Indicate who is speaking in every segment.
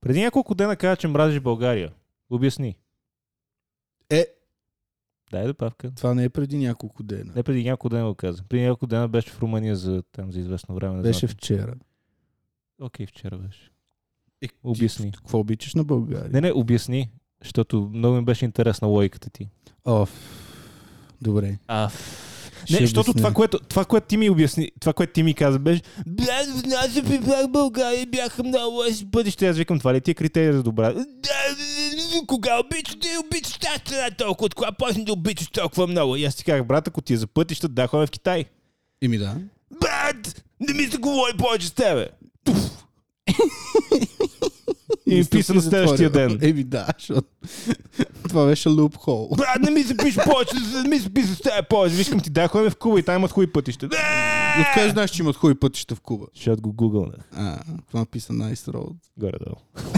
Speaker 1: Преди няколко дена каза, че мразиш България. Обясни.
Speaker 2: Е,
Speaker 1: Дай добавка.
Speaker 2: това не е преди няколко дена.
Speaker 1: Не преди няколко дена го каза. Преди няколко дена беше в Румъния за, там, за известно време. Не
Speaker 2: Беше
Speaker 1: знам.
Speaker 2: вчера.
Speaker 1: Окей, вчера беше.
Speaker 2: Е, ти
Speaker 1: Обясни.
Speaker 2: Какво обичаш на България?
Speaker 1: Не, не, обясни, защото много ми беше интересна логиката ти.
Speaker 2: Оф. Добре.
Speaker 1: А,
Speaker 2: Ще
Speaker 1: не, защото
Speaker 2: обясня.
Speaker 1: това което, това, което ти ми обясни, това, което ти ми каза, беше Бля, знаеш, при бях в България, бяха много лоши бъдеще. Аз викам, това ли ти е критерия за добра? Да, кога обичаш, ти обичаш тази страна толкова, от кога почна да обичаш толкова много. И аз ти казах, брат, ако ти е за пътища, да, ходя в Китай.
Speaker 2: Ими да.
Speaker 1: Брат, не ми се говори повече с тебе. Туф. И ми
Speaker 2: Мисля,
Speaker 1: писа на
Speaker 2: си
Speaker 1: следващия
Speaker 2: затворил.
Speaker 1: ден.
Speaker 2: Еми да, защото това беше лупхол.
Speaker 1: Брат, не ми се пише повече, не ми се пише с тебе повече. Вижкам ти, да, ходим в Куба и там имат хубави пътища.
Speaker 2: Но откъде знаеш, че имат хубави пътища в Куба?
Speaker 1: Ще го гугълнах.
Speaker 2: А, това написа Nice Road.
Speaker 1: Горе-долу.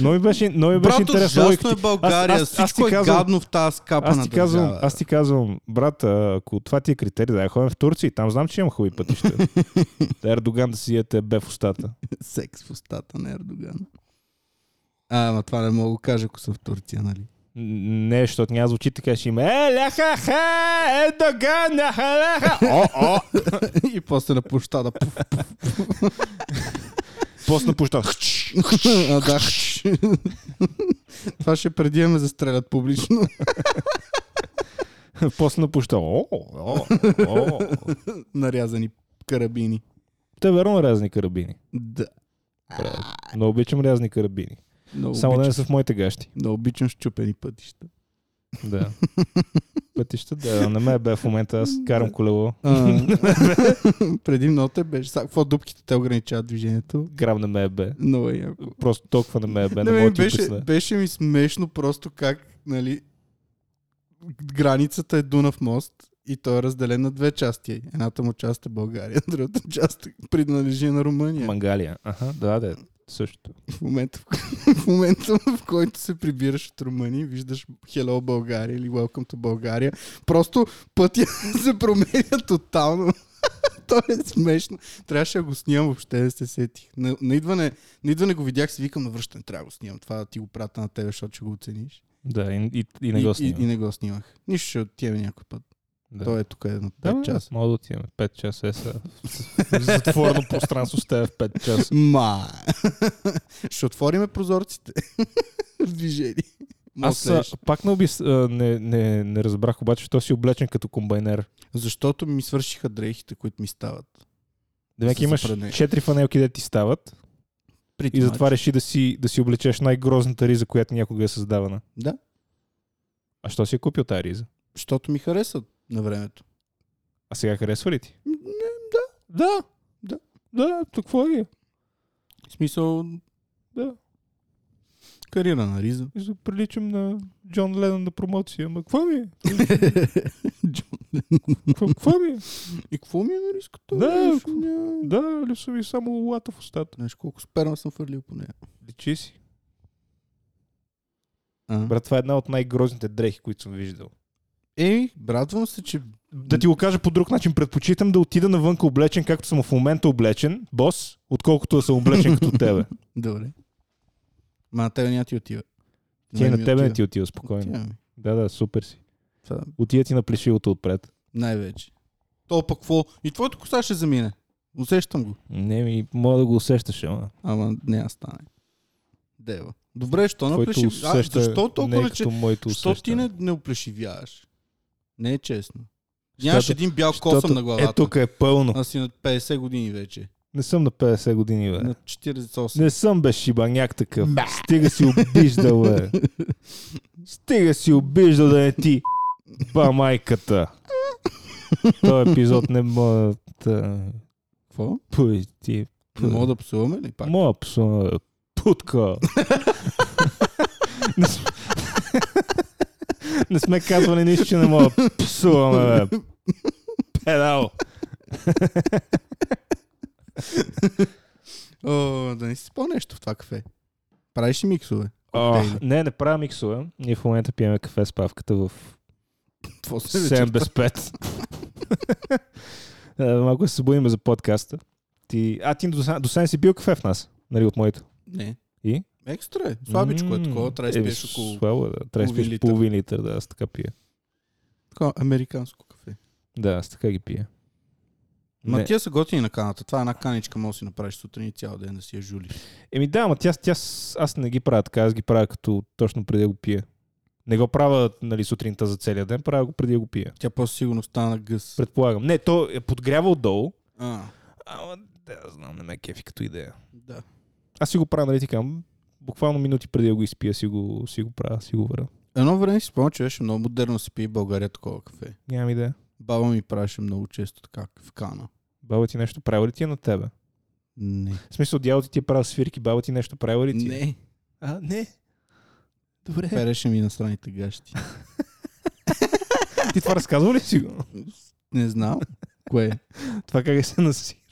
Speaker 1: Но ми беше, но ми беше
Speaker 2: Брато,
Speaker 1: интересно.
Speaker 2: ужасно е
Speaker 1: логиката.
Speaker 2: България.
Speaker 1: аз- аз ти
Speaker 2: Всичко е
Speaker 1: казвам-
Speaker 2: гадно в тази скапана
Speaker 1: Аз ти, казвам,
Speaker 2: държава.
Speaker 1: аз ти казвам, брат, а, ако това ти е критерий, да я ходим в Турция, там знам, че имам хубави пътища. да Ердоган да си яте бе в устата.
Speaker 2: Секс в устата на Ердоган. А, ама това не мога да го кажа, ако съм в Турция, нали?
Speaker 1: Н- Не, защото няма да звучи така, ще има Е, ляха, ха, Ердоган, ляха, ляха. О, о,
Speaker 2: И после на площада. пф,
Speaker 1: после на площад.
Speaker 2: а, да. това ще преди да ме застрелят публично.
Speaker 1: после на площад. О, о, о.
Speaker 2: Нарязани карабини.
Speaker 1: Те верно рязни карабини.
Speaker 2: Да.
Speaker 1: Правят. Но обичам рязни карабини.
Speaker 2: Много
Speaker 1: Само да
Speaker 2: обичам,
Speaker 1: не са в моите гащи.
Speaker 2: да обичам щупени пътища.
Speaker 1: Да. Пътища, да. На мен бе в момента, аз карам колело,
Speaker 2: А, преди много те беше. Сега, какво дупките те ограничават движението?
Speaker 1: грам на мен бе.
Speaker 2: Много е яко.
Speaker 1: Просто толкова на мен бе, не
Speaker 2: Не, ми
Speaker 1: мога да ти
Speaker 2: беше,
Speaker 1: обясня.
Speaker 2: беше ми смешно просто как, нали, границата е Дунав мост и той е разделен на две части. Едната му част е България, другата част е- принадлежи на Румъния.
Speaker 1: Мангалия. Аха, да, да. Същото.
Speaker 2: В момента, в, кой- в момента, в който се прибираш от Румъния, и виждаш Hello България или Welcome to България, просто пътя се променя тотално. То е смешно. Трябваше да го снимам, въобще не се сетих. На, на, идване, на идване го видях, си викам, на връщане трябва да го снимам. Това ти го пратя на тебе, защото ще го оцениш.
Speaker 1: Да, и, и, и не го
Speaker 2: и, и,
Speaker 1: снимам.
Speaker 2: не го снимах. Нищо ще отиваме някой път.
Speaker 1: Да.
Speaker 2: Той е тук е на 5
Speaker 1: да,
Speaker 2: часа.
Speaker 1: часа. Мога да отиваме. 5 часа е са. в Затворено пространство с теб в 5 часа.
Speaker 2: Ма! ще отвориме прозорците. в движение. Мога
Speaker 1: Аз а,
Speaker 2: следващия.
Speaker 1: пак не, обис... а, не, не, не разбрах обаче, що си облечен като комбайнер.
Speaker 2: Защото ми свършиха дрехите, които ми стават.
Speaker 1: Демек
Speaker 2: Са
Speaker 1: имаш
Speaker 2: запрени.
Speaker 1: 4 фанелки, де ти стават. И значи- затова реши да си, да си облечеш най-грозната риза, която някога е създавана.
Speaker 2: Да,
Speaker 1: А що си е купил тази риза?
Speaker 2: защото ми харесат на времето.
Speaker 1: А сега харесва ли ти?
Speaker 2: М, Не, да.
Speaker 1: Да.
Speaker 2: Да.
Speaker 1: Да, какво е?
Speaker 2: В смисъл,
Speaker 1: Да.
Speaker 2: кариера на Риза.
Speaker 1: Приличам на Джон Ленън на промоция. Ама какво ми е?
Speaker 2: Джон.
Speaker 1: Какво ми е?
Speaker 2: И какво ми е на риската?
Speaker 1: Да,
Speaker 2: бе?
Speaker 1: какво- Да, липсва ми само лата в устата.
Speaker 2: Знаеш колко сперма съм фърлил по нея.
Speaker 1: Личи си.
Speaker 2: А?
Speaker 1: Брат, това е една от най-грозните дрехи, които съм виждал.
Speaker 2: Еми, брадвам се, че
Speaker 1: Да ти го кажа по друг начин, предпочитам да отида навънка облечен, както съм в момента облечен, бос, отколкото да съм облечен като тебе.
Speaker 2: добре. Ма на тебе няма ти отива.
Speaker 1: Ти
Speaker 2: мен
Speaker 1: на
Speaker 2: ми
Speaker 1: тебе не
Speaker 2: отива.
Speaker 1: ти отива е? спокойно.
Speaker 2: Отива ми.
Speaker 1: Да, да, супер си.
Speaker 2: Това
Speaker 1: Отида ти на плешивото отпред.
Speaker 2: най-вече. То пък какво? И твоето коса ще замине. Усещам го.
Speaker 1: Не, ми, мога да го усещаш, ама.
Speaker 2: Ама не аз стане. Дева. Добре, що
Speaker 1: Твоето
Speaker 2: напиши? А,
Speaker 1: усеща
Speaker 2: защо
Speaker 1: не е
Speaker 2: толкова че...
Speaker 1: като моето
Speaker 2: Що ти
Speaker 1: усещане.
Speaker 2: не, не оплешивяваш? Не е честно. Нямаш един бял
Speaker 1: Защото
Speaker 2: косъм на главата.
Speaker 1: Е, тук е пълно.
Speaker 2: Аз си на 50 години вече.
Speaker 1: Не съм на 50 години, бе.
Speaker 2: На 48.
Speaker 1: Не съм бе шибаняк такъв. Стига си обиждал, бе. Стига си обиждал да не ти. Ба майката. Този епизод не мога да...
Speaker 2: Какво?
Speaker 1: Пуй ти.
Speaker 2: Не мога да псуваме ли пак?
Speaker 1: Моя псона е путка. не, сме... не сме казвали нищо, че не мога да псуваме, бе. Педал.
Speaker 2: О, да не си спомня нещо в това кафе. Правиш ли миксове?
Speaker 1: О,
Speaker 2: Коктейли.
Speaker 1: не, не правя миксове. Ние в момента пиеме кафе с павката в
Speaker 2: Ами, Какво се
Speaker 1: 7
Speaker 2: вечерта?
Speaker 1: Е, без 5. Малко се събудим за подкаста. Ти... А ти до, сега- до сега не си пил кафе в нас, нали, от моето.
Speaker 2: Не.
Speaker 1: И?
Speaker 2: Екстра е. Слабичко е
Speaker 1: М,
Speaker 2: такова. Трябва да
Speaker 1: е,
Speaker 2: спиеш около
Speaker 1: Слабо, е, да. Трябва да
Speaker 2: половин
Speaker 1: спиеш
Speaker 2: литър.
Speaker 1: половин литър, да, аз така пия.
Speaker 2: такова американско кафе.
Speaker 1: Да, аз така ги пия.
Speaker 2: Ма
Speaker 1: Не.
Speaker 2: тия са готини на каната. Това е една каничка, може да си направиш сутрин и цял ден да си я жули.
Speaker 1: Еми да, ама тя, тя, с- аз не ги правя така, аз ги правя като точно преди да го пия. Не го правя нали, сутринта за целия ден, правя го преди да го пия.
Speaker 2: Тя после сигурно стана гъс.
Speaker 1: Предполагам. Не, то е подгрява отдолу.
Speaker 2: А,
Speaker 1: Ама, да, аз знам, не ме е кефи като идея.
Speaker 2: да.
Speaker 1: Аз си го правя, нали така, буквално минути преди да го изпия, си го, си го правя, си го върна.
Speaker 2: Едно време си спомням, че беше много модерно си пие в България такова кафе.
Speaker 1: Нямам идея.
Speaker 2: Баба ми правеше много често така в кана.
Speaker 1: Баба ти нещо правила ли ти е на тебе?
Speaker 2: Не.
Speaker 1: В смисъл, дядо ти ти е правил свирки, баба ти нещо правила ли ти? е?
Speaker 2: Не.
Speaker 1: А, не. Е, Добре.
Speaker 2: Переше ми на страните гащи.
Speaker 1: Ти това разказва ли си го?
Speaker 2: Не знам. Кое е?
Speaker 1: Това как е се наси?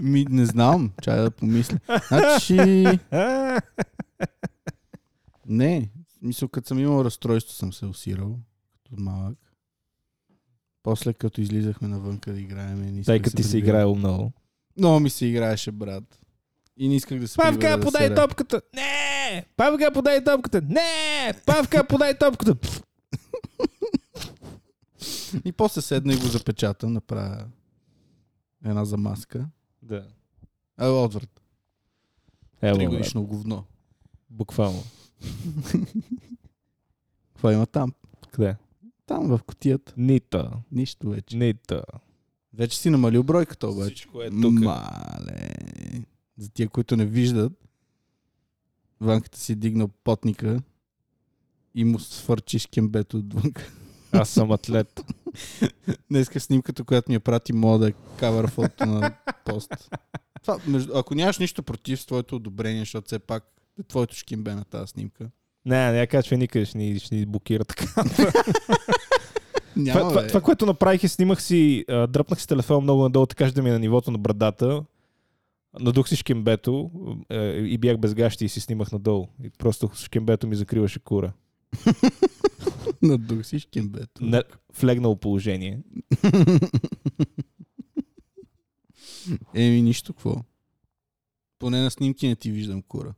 Speaker 2: Ми, не знам. Чай да помисля. Значи,
Speaker 1: А,
Speaker 2: не. Мисля, като съм имал разстройство, съм се усирал. Като малък. После, като излизахме навънка да играем.
Speaker 1: Тъй като ти се играел много.
Speaker 2: Много ми се играеше, брат. И не исках да се
Speaker 1: Павка,
Speaker 2: прибера да
Speaker 1: подай
Speaker 2: се
Speaker 1: топката! Не! Павка, подай топката! Не! Павка, подай топката! Пф,
Speaker 2: ра- И после седна и го запечата, направя една замазка.
Speaker 1: Да.
Speaker 2: А, отврат.
Speaker 1: Ево, брат,
Speaker 2: Тригодишно говно.
Speaker 1: буквално.
Speaker 2: Какво има там?
Speaker 1: Къде?
Speaker 2: Там в котията.
Speaker 1: Нита.
Speaker 2: Нищо вече.
Speaker 1: Нита.
Speaker 2: Вече си намалил бройката обаче.
Speaker 1: Всичко е тук.
Speaker 2: Мале. За тия, които не виждат, Ванката си е дигнал потника и му свърчиш кембето отвън.
Speaker 1: Аз съм атлет.
Speaker 2: Днеска снимката, която ми я прати, мога да е кавър фото на пост. Това, между, ако нямаш нищо против с твоето одобрение, защото все пак е твоето шкимбе на тази снимка.
Speaker 1: Не, не я качвай никъде, ще ни, ще ни блокира така.
Speaker 2: Няма,
Speaker 1: Това, това,
Speaker 2: бе.
Speaker 1: това, което направих е, снимах си, а, дръпнах си телефона много надолу, така че да ми е на нивото на брадата. Надух си шкембето а, и бях без гащи и си снимах надолу. И просто шкембето ми закриваше кура.
Speaker 2: Надух си шкембето.
Speaker 1: На, в легнало положение.
Speaker 2: Еми, нищо какво. Поне на снимки не ти виждам кура.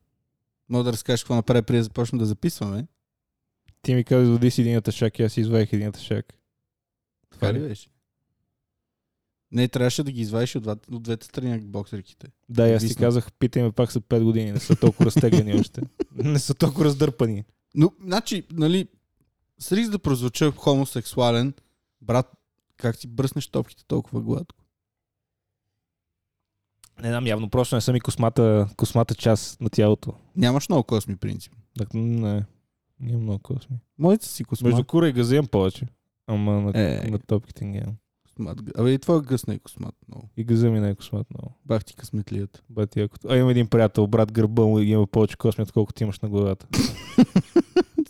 Speaker 2: Мога да разкажеш какво направи преди да започнем да записваме.
Speaker 1: Ти ми каза, води си един шак и аз си извадих един шак.
Speaker 2: Така ли беше? Не, трябваше да ги извадиш от, двата- от двете страни на боксерките.
Speaker 1: Да, и аз ти
Speaker 2: Висна.
Speaker 1: казах, питай ме пак след 5 години, не са толкова разтегляни още. Не са толкова раздърпани.
Speaker 2: Но, значи, нали, с риск да прозвуча хомосексуален, брат, как ти бръснеш топките толкова гладко?
Speaker 1: Не знам, явно просто не са ми космата, космата част на тялото.
Speaker 2: Нямаш много косми, принцип.
Speaker 1: Так, не, няма много косми.
Speaker 2: Моите си космат.
Speaker 1: Между кура и газа имам повече. Ама на,
Speaker 2: Е.
Speaker 1: на топките нямам.
Speaker 2: космат. г- Абе, и твоя гъс не е космат много.
Speaker 1: И газа ми не е космат много.
Speaker 2: Бах ти късметлията.
Speaker 1: Бати, ако... А имам един приятел, брат гърба му и има повече косми, отколкото имаш на главата.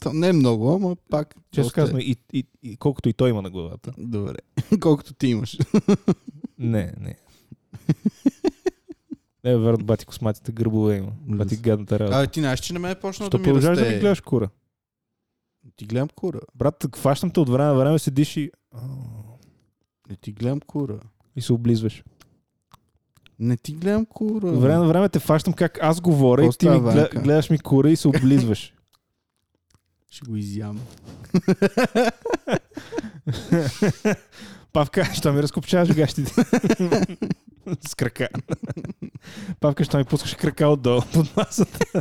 Speaker 2: То не е много, ама пак.
Speaker 1: Често
Speaker 2: доста е.
Speaker 1: казано, и, и, и, колкото и той има на главата.
Speaker 2: Добре. Колкото ти имаш.
Speaker 1: Не, не. Не, верно, бати косматите гърбове има. Бати
Speaker 2: Ужас.
Speaker 1: гадната работа.
Speaker 2: Абе, ти знаеш, че не ме е почнал
Speaker 1: Що
Speaker 2: да ми
Speaker 1: продължаваш
Speaker 2: расте.
Speaker 1: да ми гледаш кура?
Speaker 2: Ти гледам кура.
Speaker 1: Брат, хващам те от време на време, седиш и... а,
Speaker 2: Не ти гледам кура.
Speaker 1: И се облизваш.
Speaker 2: Не ти гледам кура.
Speaker 1: От време на време те фащам как аз говоря и
Speaker 2: Какво
Speaker 1: ти ми
Speaker 2: става,
Speaker 1: гле-
Speaker 2: Ванка?
Speaker 1: гледаш ми кура и се облизваш.
Speaker 2: Ще го изям.
Speaker 1: Павка, що ми разкопчаваш гащите? С крака. Павка, що ми пускаш крака отдолу под масата?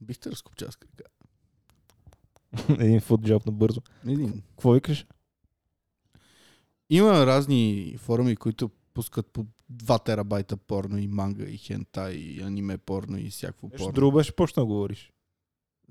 Speaker 2: Бих те разкопчал с крака.
Speaker 1: Един футджоб набързо.
Speaker 2: Един.
Speaker 1: Какво викаш?
Speaker 2: Има разни форуми, които пускат по 2 терабайта порно и манга и хента и аниме порно и всякакво
Speaker 1: Нещо
Speaker 2: порно.
Speaker 1: друго беше почна да говориш.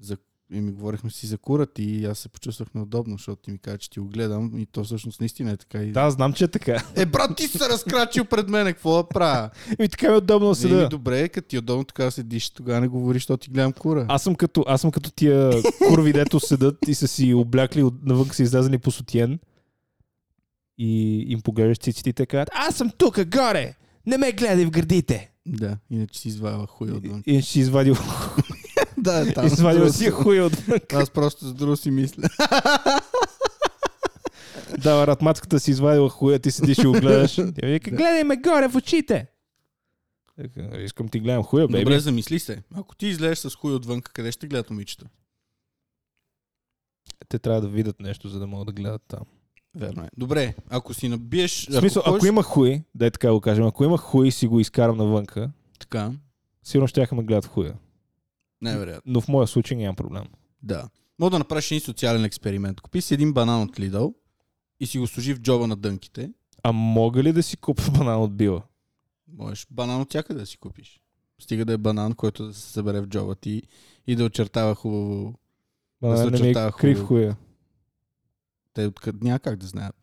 Speaker 2: За... И ми говорихме си за курата и аз се почувствах неудобно, защото ти ми каза, че ти го гледам и то всъщност наистина е така. И...
Speaker 1: Да, знам, че е така.
Speaker 2: Е, брат, ти си се разкрачил пред мен, какво да правя?
Speaker 1: И така ми е удобно да
Speaker 2: Седа.
Speaker 1: седа.
Speaker 2: Еми, добре, като ти е удобно така да седиш, тогава не говориш, защото ти гледам кура.
Speaker 1: Аз съм като, аз съм като тия курви, дето седат и са си облякли, от- навън са излязали по сутиен. И им погледаш циците и те казват, аз съм тук, горе! Не ме гледай в гърдите!
Speaker 2: Да, иначе си изваяла хуй отвън.
Speaker 1: И, и ще извадил,
Speaker 2: да, е, там.
Speaker 1: извадил
Speaker 2: друго
Speaker 1: си хуй от
Speaker 2: Аз просто за друго си мисля.
Speaker 1: Дава ратмацката си извадила хуя, ти седиш и го гледаш. Тя вика, гледай ме горе в очите. Така, Искам ти гледам хуя, бейби.
Speaker 2: Добре, замисли се. Ако ти излезеш с хуй отвън, къде ще гледат момичета?
Speaker 1: Те трябва да видят нещо, за да могат да гледат там.
Speaker 2: Верно е. Добре, ако си набиеш...
Speaker 1: В смисъл, ако,
Speaker 2: ходиш-
Speaker 1: има хуй, дай така го кажем, ако има хуй си го изкарам навънка,
Speaker 2: Така,
Speaker 1: сигурно ще ме гледат в хуя.
Speaker 2: невероятно.
Speaker 1: Но в моя случай нямам проблем.
Speaker 2: Да. Мога да направиш един социален експеримент. Купи си един банан от Lidl и си го служи в джоба на дънките.
Speaker 1: А мога ли да си купя банан от била?
Speaker 2: Можеш банан от всякъде да си купиш. Стига да е банан, който да се събере в джоба ти и да очертава хубаво.
Speaker 1: Банан не ми е
Speaker 2: очертава
Speaker 1: крив
Speaker 2: хубаво.
Speaker 1: хуя.
Speaker 2: Те откъде няма как да знаят.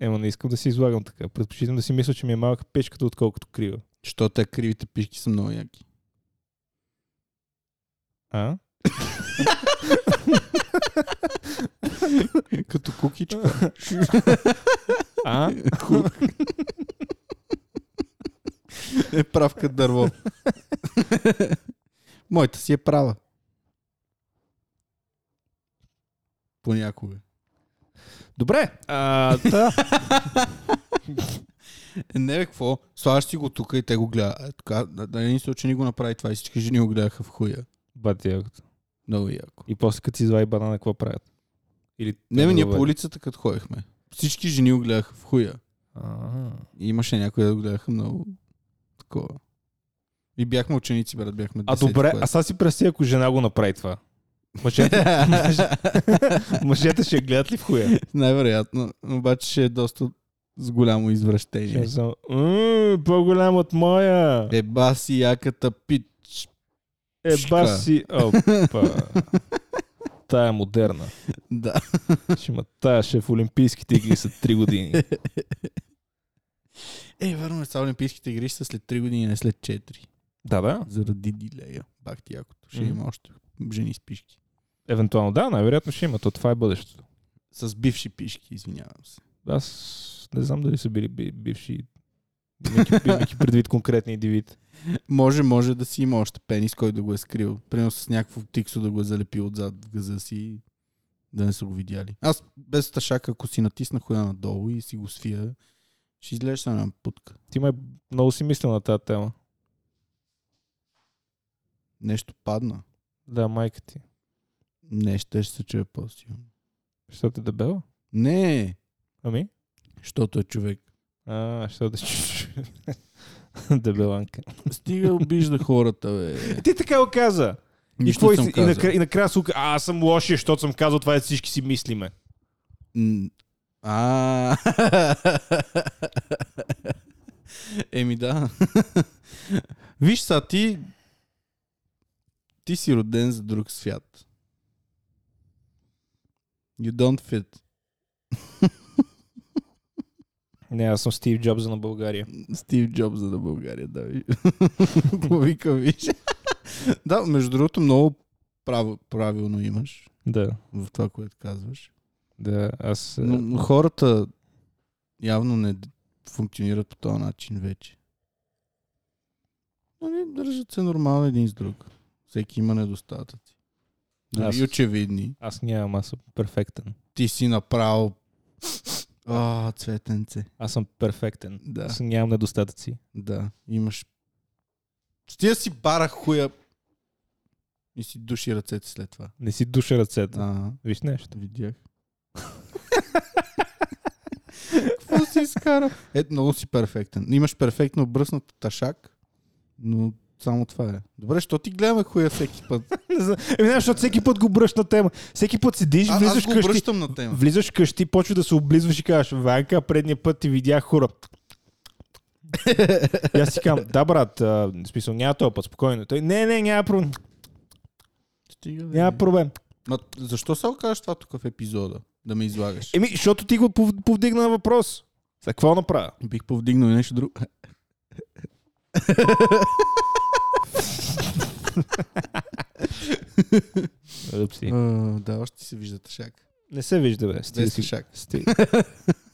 Speaker 1: Ема не искам да се излагам така. Предпочитам да си мисля, че ми е малка печката, отколкото крива.
Speaker 2: Що те кривите пишки са много яки.
Speaker 1: А?
Speaker 2: Като кукичка.
Speaker 1: А?
Speaker 2: Кук. е правка дърво. Моята си е права. Понякога.
Speaker 1: Добре. А, да.
Speaker 2: Е, Не, бе, какво? Слагаш си го тук и те го гледат. Е, така, на на един случай ни го направи това и всички жени го гледаха в хуя.
Speaker 1: Бати якото.
Speaker 2: Много яко.
Speaker 1: И после като си извади банана, какво правят? Или...
Speaker 2: Не, бе, ние
Speaker 1: Добре.
Speaker 2: по улицата като ходихме. Всички жени го гледаха в хуя.
Speaker 1: А,
Speaker 2: И имаше някои да го гледаха много такова. И бяхме ученици, брат, бяхме
Speaker 1: а
Speaker 2: десети
Speaker 1: добре,
Speaker 2: клас.
Speaker 1: а сега си представи, ако жена го направи това. Мъжете, мъж- мъжете ще гледат ли в хуя?
Speaker 2: Най-вероятно. Обаче ще е доста с голямо извращение.
Speaker 1: Ще е съм, «М, по-голям от моя.
Speaker 2: Еба си яката пич.
Speaker 1: Еба Е, си. Опа. Тая е модерна.
Speaker 2: Да.
Speaker 1: Ще има тая ще е в Олимпийските игри след 3 години.
Speaker 2: Е, верно, е, са Олимпийските игри са след 3 години, не след 4.
Speaker 1: Да, да.
Speaker 2: Заради дилея. Бак ти якото. Ще
Speaker 1: Мгм.
Speaker 2: има още жени с пишки.
Speaker 1: Евентуално да, най-вероятно ще има. То това е бъдещето.
Speaker 2: С бивши пишки, извинявам се.
Speaker 1: Аз не знам дали са били би- бивши имайки, имайки предвид конкретния индивид.
Speaker 2: Може, може да си има още пенис, който да го е скрил. Примерно с някакво тиксо да го е залепил отзад в газа си, и да не са го видяли. Аз без ташак, ако си натисна хуя надолу и си го свия, ще изглеждаш само една путка.
Speaker 1: Ти май много си мислил на тази тема.
Speaker 2: Нещо падна.
Speaker 1: Да, майка ти.
Speaker 2: Нещо ще се чуе по-силно.
Speaker 1: Защото е дебела?
Speaker 2: Не,
Speaker 1: Ами?
Speaker 2: защото е човек.
Speaker 1: А, що да чуш. Дебеланка.
Speaker 2: Стига обижда хората, бе.
Speaker 1: Ти така го каза. и,
Speaker 2: Нищо
Speaker 1: какво
Speaker 2: не
Speaker 1: и,
Speaker 2: съм
Speaker 1: си- и,
Speaker 2: казал.
Speaker 1: накрая, и накрая сука, а аз съм лошия, защото съм казал това, е всички си мислиме.
Speaker 2: М, А. Еми да. Виж са, ти ти си роден за друг свят. You don't fit.
Speaker 1: Не, аз съм Стив Джобс на България.
Speaker 2: Стив Джобс за да България, да. ви- Го вика, виж. да, между другото, много право, правилно имаш
Speaker 1: Да.
Speaker 2: в това, което казваш.
Speaker 1: Да, аз...
Speaker 2: Но, но хората явно не д- функционират по този начин вече. Нали, държат се нормално един с друг. Всеки има недостатъци. Дори
Speaker 1: Аз-
Speaker 2: и очевидни.
Speaker 1: Аз нямам, аз съм перфектен.
Speaker 2: Ти си направо... А, цветенце.
Speaker 1: Аз съм перфектен.
Speaker 2: Да,
Speaker 1: Аз нямам недостатъци.
Speaker 2: да. Имаш... Стия си бара хуя и си души ръцете след това.
Speaker 1: Не си душа ръцете.
Speaker 2: А,
Speaker 1: Виж нещо.
Speaker 2: видях. Какво си изкара? Е, много си перфектен. Имаш перфектно бръснат ташак, но само това е. Добре, що ти гледаме хуя всеки път?
Speaker 1: Не знам. Еми, знаеш, защото всеки път го бръщ на тема. Всеки път седиш,
Speaker 2: А, аз
Speaker 1: влизаш
Speaker 2: го
Speaker 1: къщи,
Speaker 2: връщам на тема.
Speaker 1: влизаш къщи, почва да се облизваш и казваш, Ванка, предния път ти видях хора. и аз си казвам, да, брат, а, в смисъл, няма този път, спокойно. Той, не, не, няма проблем.
Speaker 2: Стига, бе.
Speaker 1: Няма проблем.
Speaker 2: Ма, защо се окажеш това тук в епизода? Да ме излагаш.
Speaker 1: Еми, защото ти го пов- повдигна на въпрос. За какво направя?
Speaker 2: Бих повдигнал и нещо друго.
Speaker 1: Упси. е.
Speaker 2: А, да, още ти се вижда ташак.
Speaker 1: Не се вижда, бе. Стига
Speaker 2: Без
Speaker 1: си.
Speaker 2: ташак.
Speaker 1: Стига.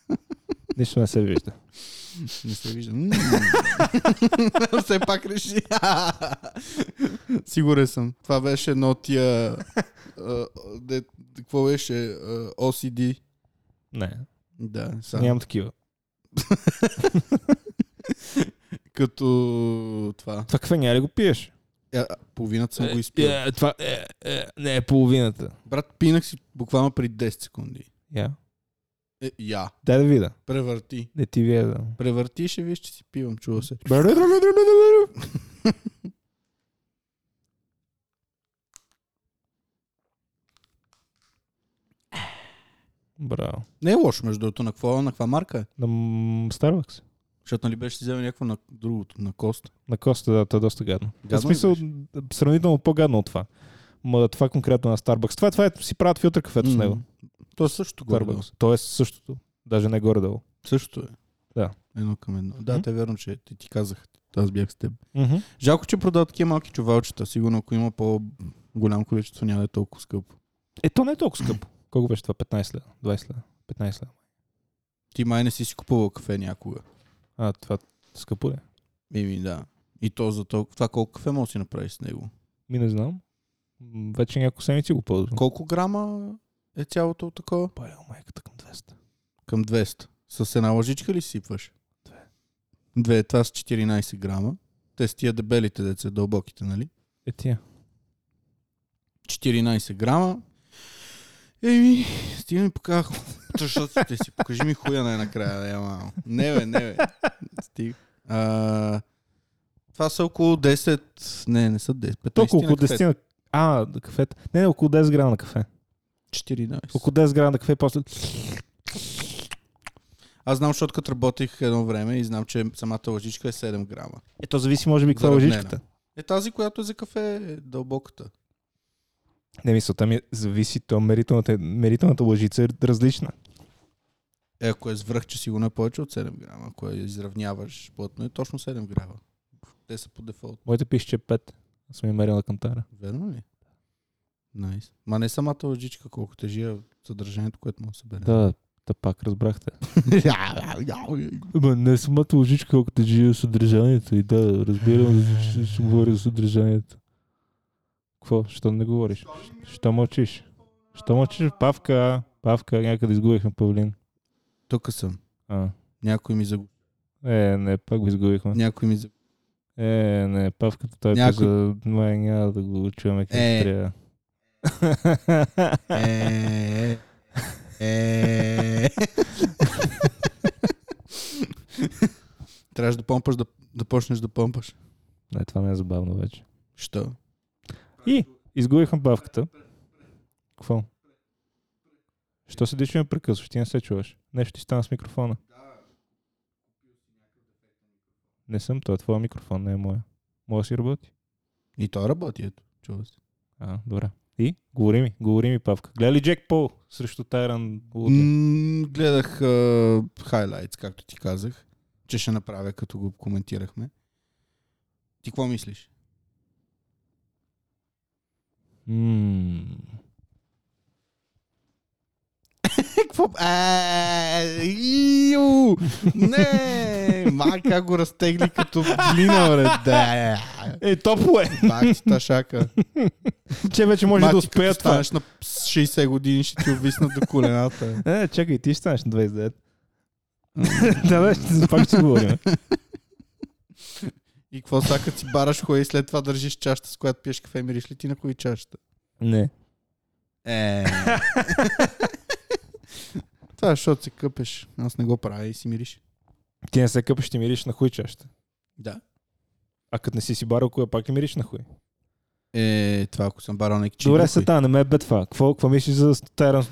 Speaker 1: Нищо не се вижда.
Speaker 2: Не се вижда. М. Все пак реши. Сигурен съм. Това беше едно от тия... а, де- Какво беше? А, OCD.
Speaker 1: Не.
Speaker 2: Да,
Speaker 1: Да.
Speaker 2: сега.
Speaker 1: Нямам такива.
Speaker 2: Като това.
Speaker 1: Това кафе няма ли го пиеш?
Speaker 2: Е, а, половината съм го изпил.
Speaker 1: Е, е, това е, е, не е половината.
Speaker 2: Брат, пинах си буквално преди 10 секунди.
Speaker 1: Я.
Speaker 2: Е, я.
Speaker 1: Дай да видя.
Speaker 2: Превърти.
Speaker 1: Не ти вие да.
Speaker 2: Превърти и ще виж, че си пивам. Чува се.
Speaker 1: Браво.
Speaker 2: Не е лошо, между другото. На какво? На каква марка е?
Speaker 1: На м, Starbucks.
Speaker 2: Защото нали беше си взел някакво на другото, на кост.
Speaker 1: На Коста, да, това е доста гадно.
Speaker 2: Гадно
Speaker 1: В
Speaker 2: ли
Speaker 1: смисъл, сравнително по-гадно от това. Ма това конкретно на Starbucks. Това, това е, си правят филтър кафето с
Speaker 2: М.
Speaker 1: него.
Speaker 2: То е също горе.
Speaker 1: Starbucks. Тоест същото. Даже не горе-долу.
Speaker 2: Също е.
Speaker 1: Да.
Speaker 2: Едно към едно.
Speaker 1: М.
Speaker 2: Да, те е верно, че ти, ти казах. Аз бях с теб.
Speaker 1: Мгм.
Speaker 2: Жалко, че продават такива малки чувалчета. Сигурно, ако има по-голямо количество, няма да е толкова скъпо.
Speaker 1: Е, то не е толкова скъпо. Колко беше това? 15 лева? 20 лева? 15 лева?
Speaker 2: Ти май не си си купувал кафе някога.
Speaker 1: А, това скъпо ли? е?
Speaker 2: Еми, да. И то за толкова. Това колко кафе може да си направиш с него?
Speaker 1: Ми не знам. М, Вече няколко седмици го ползвам.
Speaker 2: Колко грама е цялото от такова?
Speaker 1: Бая, майката към 200.
Speaker 2: Към 200. С една лъжичка ли сипваш?
Speaker 1: Две.
Speaker 2: Две, това с 14 грама. Те с тия дебелите деца, дълбоките, нали?
Speaker 1: Е, тия.
Speaker 2: 14 грама. Еми, стига ми покажа. Защото те си покажи ми хуя най-накрая, да я малко. Не бе, не бе. Стига. А, това са около 10... Не, не са 10. 15
Speaker 1: Толкова около
Speaker 2: на кафе.
Speaker 1: 10 на... А, на кафето. Не, не, около 10 грама на кафе.
Speaker 2: 14.
Speaker 1: Около 10 грама на кафе, после...
Speaker 2: Аз знам, защото като работих едно време и знам, че самата лъжичка е 7 грама.
Speaker 1: Е, то зависи, може би, каква е
Speaker 2: Заравнена.
Speaker 1: лъжичката.
Speaker 2: Е тази, която е за кафе, е дълбоката.
Speaker 1: Не, мисълта ми е, зависи, то мерителната, мерителната лъжица е различна.
Speaker 2: Е, ако е с връх, че сигурно е повече от 7 грама. Ако я изравняваш плътно, е точно 7 грама. Те са по дефолт.
Speaker 1: Моите пише, че е 5. Аз съм я мерил на кантара.
Speaker 2: Верно ли? Найс. Ма не самата лъжичка, колко тежи, а съдържанието, което му се бере.
Speaker 1: Да, да пак разбрахте. Ма не самата лъжичка, колкото живе съдържанието. И да, разбирам, че ще говори за съдържанието. Какво? Що не говориш? Що мълчиш? Що мълчиш? Павка, Павка, някъде изгубихме Павлин.
Speaker 2: Тук съм.
Speaker 1: А.
Speaker 2: Някой ми за...
Speaker 1: Е, не, пак го изгубихме.
Speaker 2: Някой ми за...
Speaker 1: Е, не, Павката той
Speaker 2: Някой-
Speaker 1: каза, май няма да го чуваме как
Speaker 2: Е.
Speaker 1: трябва.
Speaker 2: Е, е, е. Трябваше да помпаш, да, да почнеш да помпаш.
Speaker 1: Не, това не е забавно вече.
Speaker 2: Що?
Speaker 1: И изгубихме бавката. Какво? Що се диши ме прекъсваш? Ти не се чуваш. Нещо ти стана с микрофона. Не съм, той е твоя микрофон, не е моя. Моя си работи.
Speaker 2: И той работи, ето. Чува се.
Speaker 1: А, добре. И? Говори ми, говори ми, Павка. Гледа ли Джек Пол срещу Тайран Лутер?
Speaker 2: М, гледах а, хайлайтс, както ти казах, че ще направя, като го коментирахме. Ти какво мислиш?
Speaker 1: М,
Speaker 2: Е, Какво? А, иу! Не! Мака го разтегли като глина, бре. Да.
Speaker 1: Е, топло е,
Speaker 2: Бах ти ташака.
Speaker 1: че вече може
Speaker 2: Мати,
Speaker 1: да
Speaker 2: като
Speaker 1: успея това.
Speaker 2: станеш на 60 години, ще ти обвиснат до колената.
Speaker 1: Е, чакай, ти ще станеш на 29. да, да, ще пак ще говорим.
Speaker 2: И какво сега, като си бараш хуя и след това държиш чашата, с която пиеш кафе, мириш ли ти на кои чашата?
Speaker 1: Не.
Speaker 2: Е. Това е, защото се къпеш. Аз не го правя и си мириш.
Speaker 1: Ти не се къпаш, ще мириш на хуй чашата.
Speaker 2: Да.
Speaker 1: А като не си си барал коя, пак ли мириш на хуй?
Speaker 2: Е, това ако съм барал някакви
Speaker 1: Добре,
Speaker 2: се
Speaker 1: сета, не ме бе това. Какво, какво мислиш за Тайран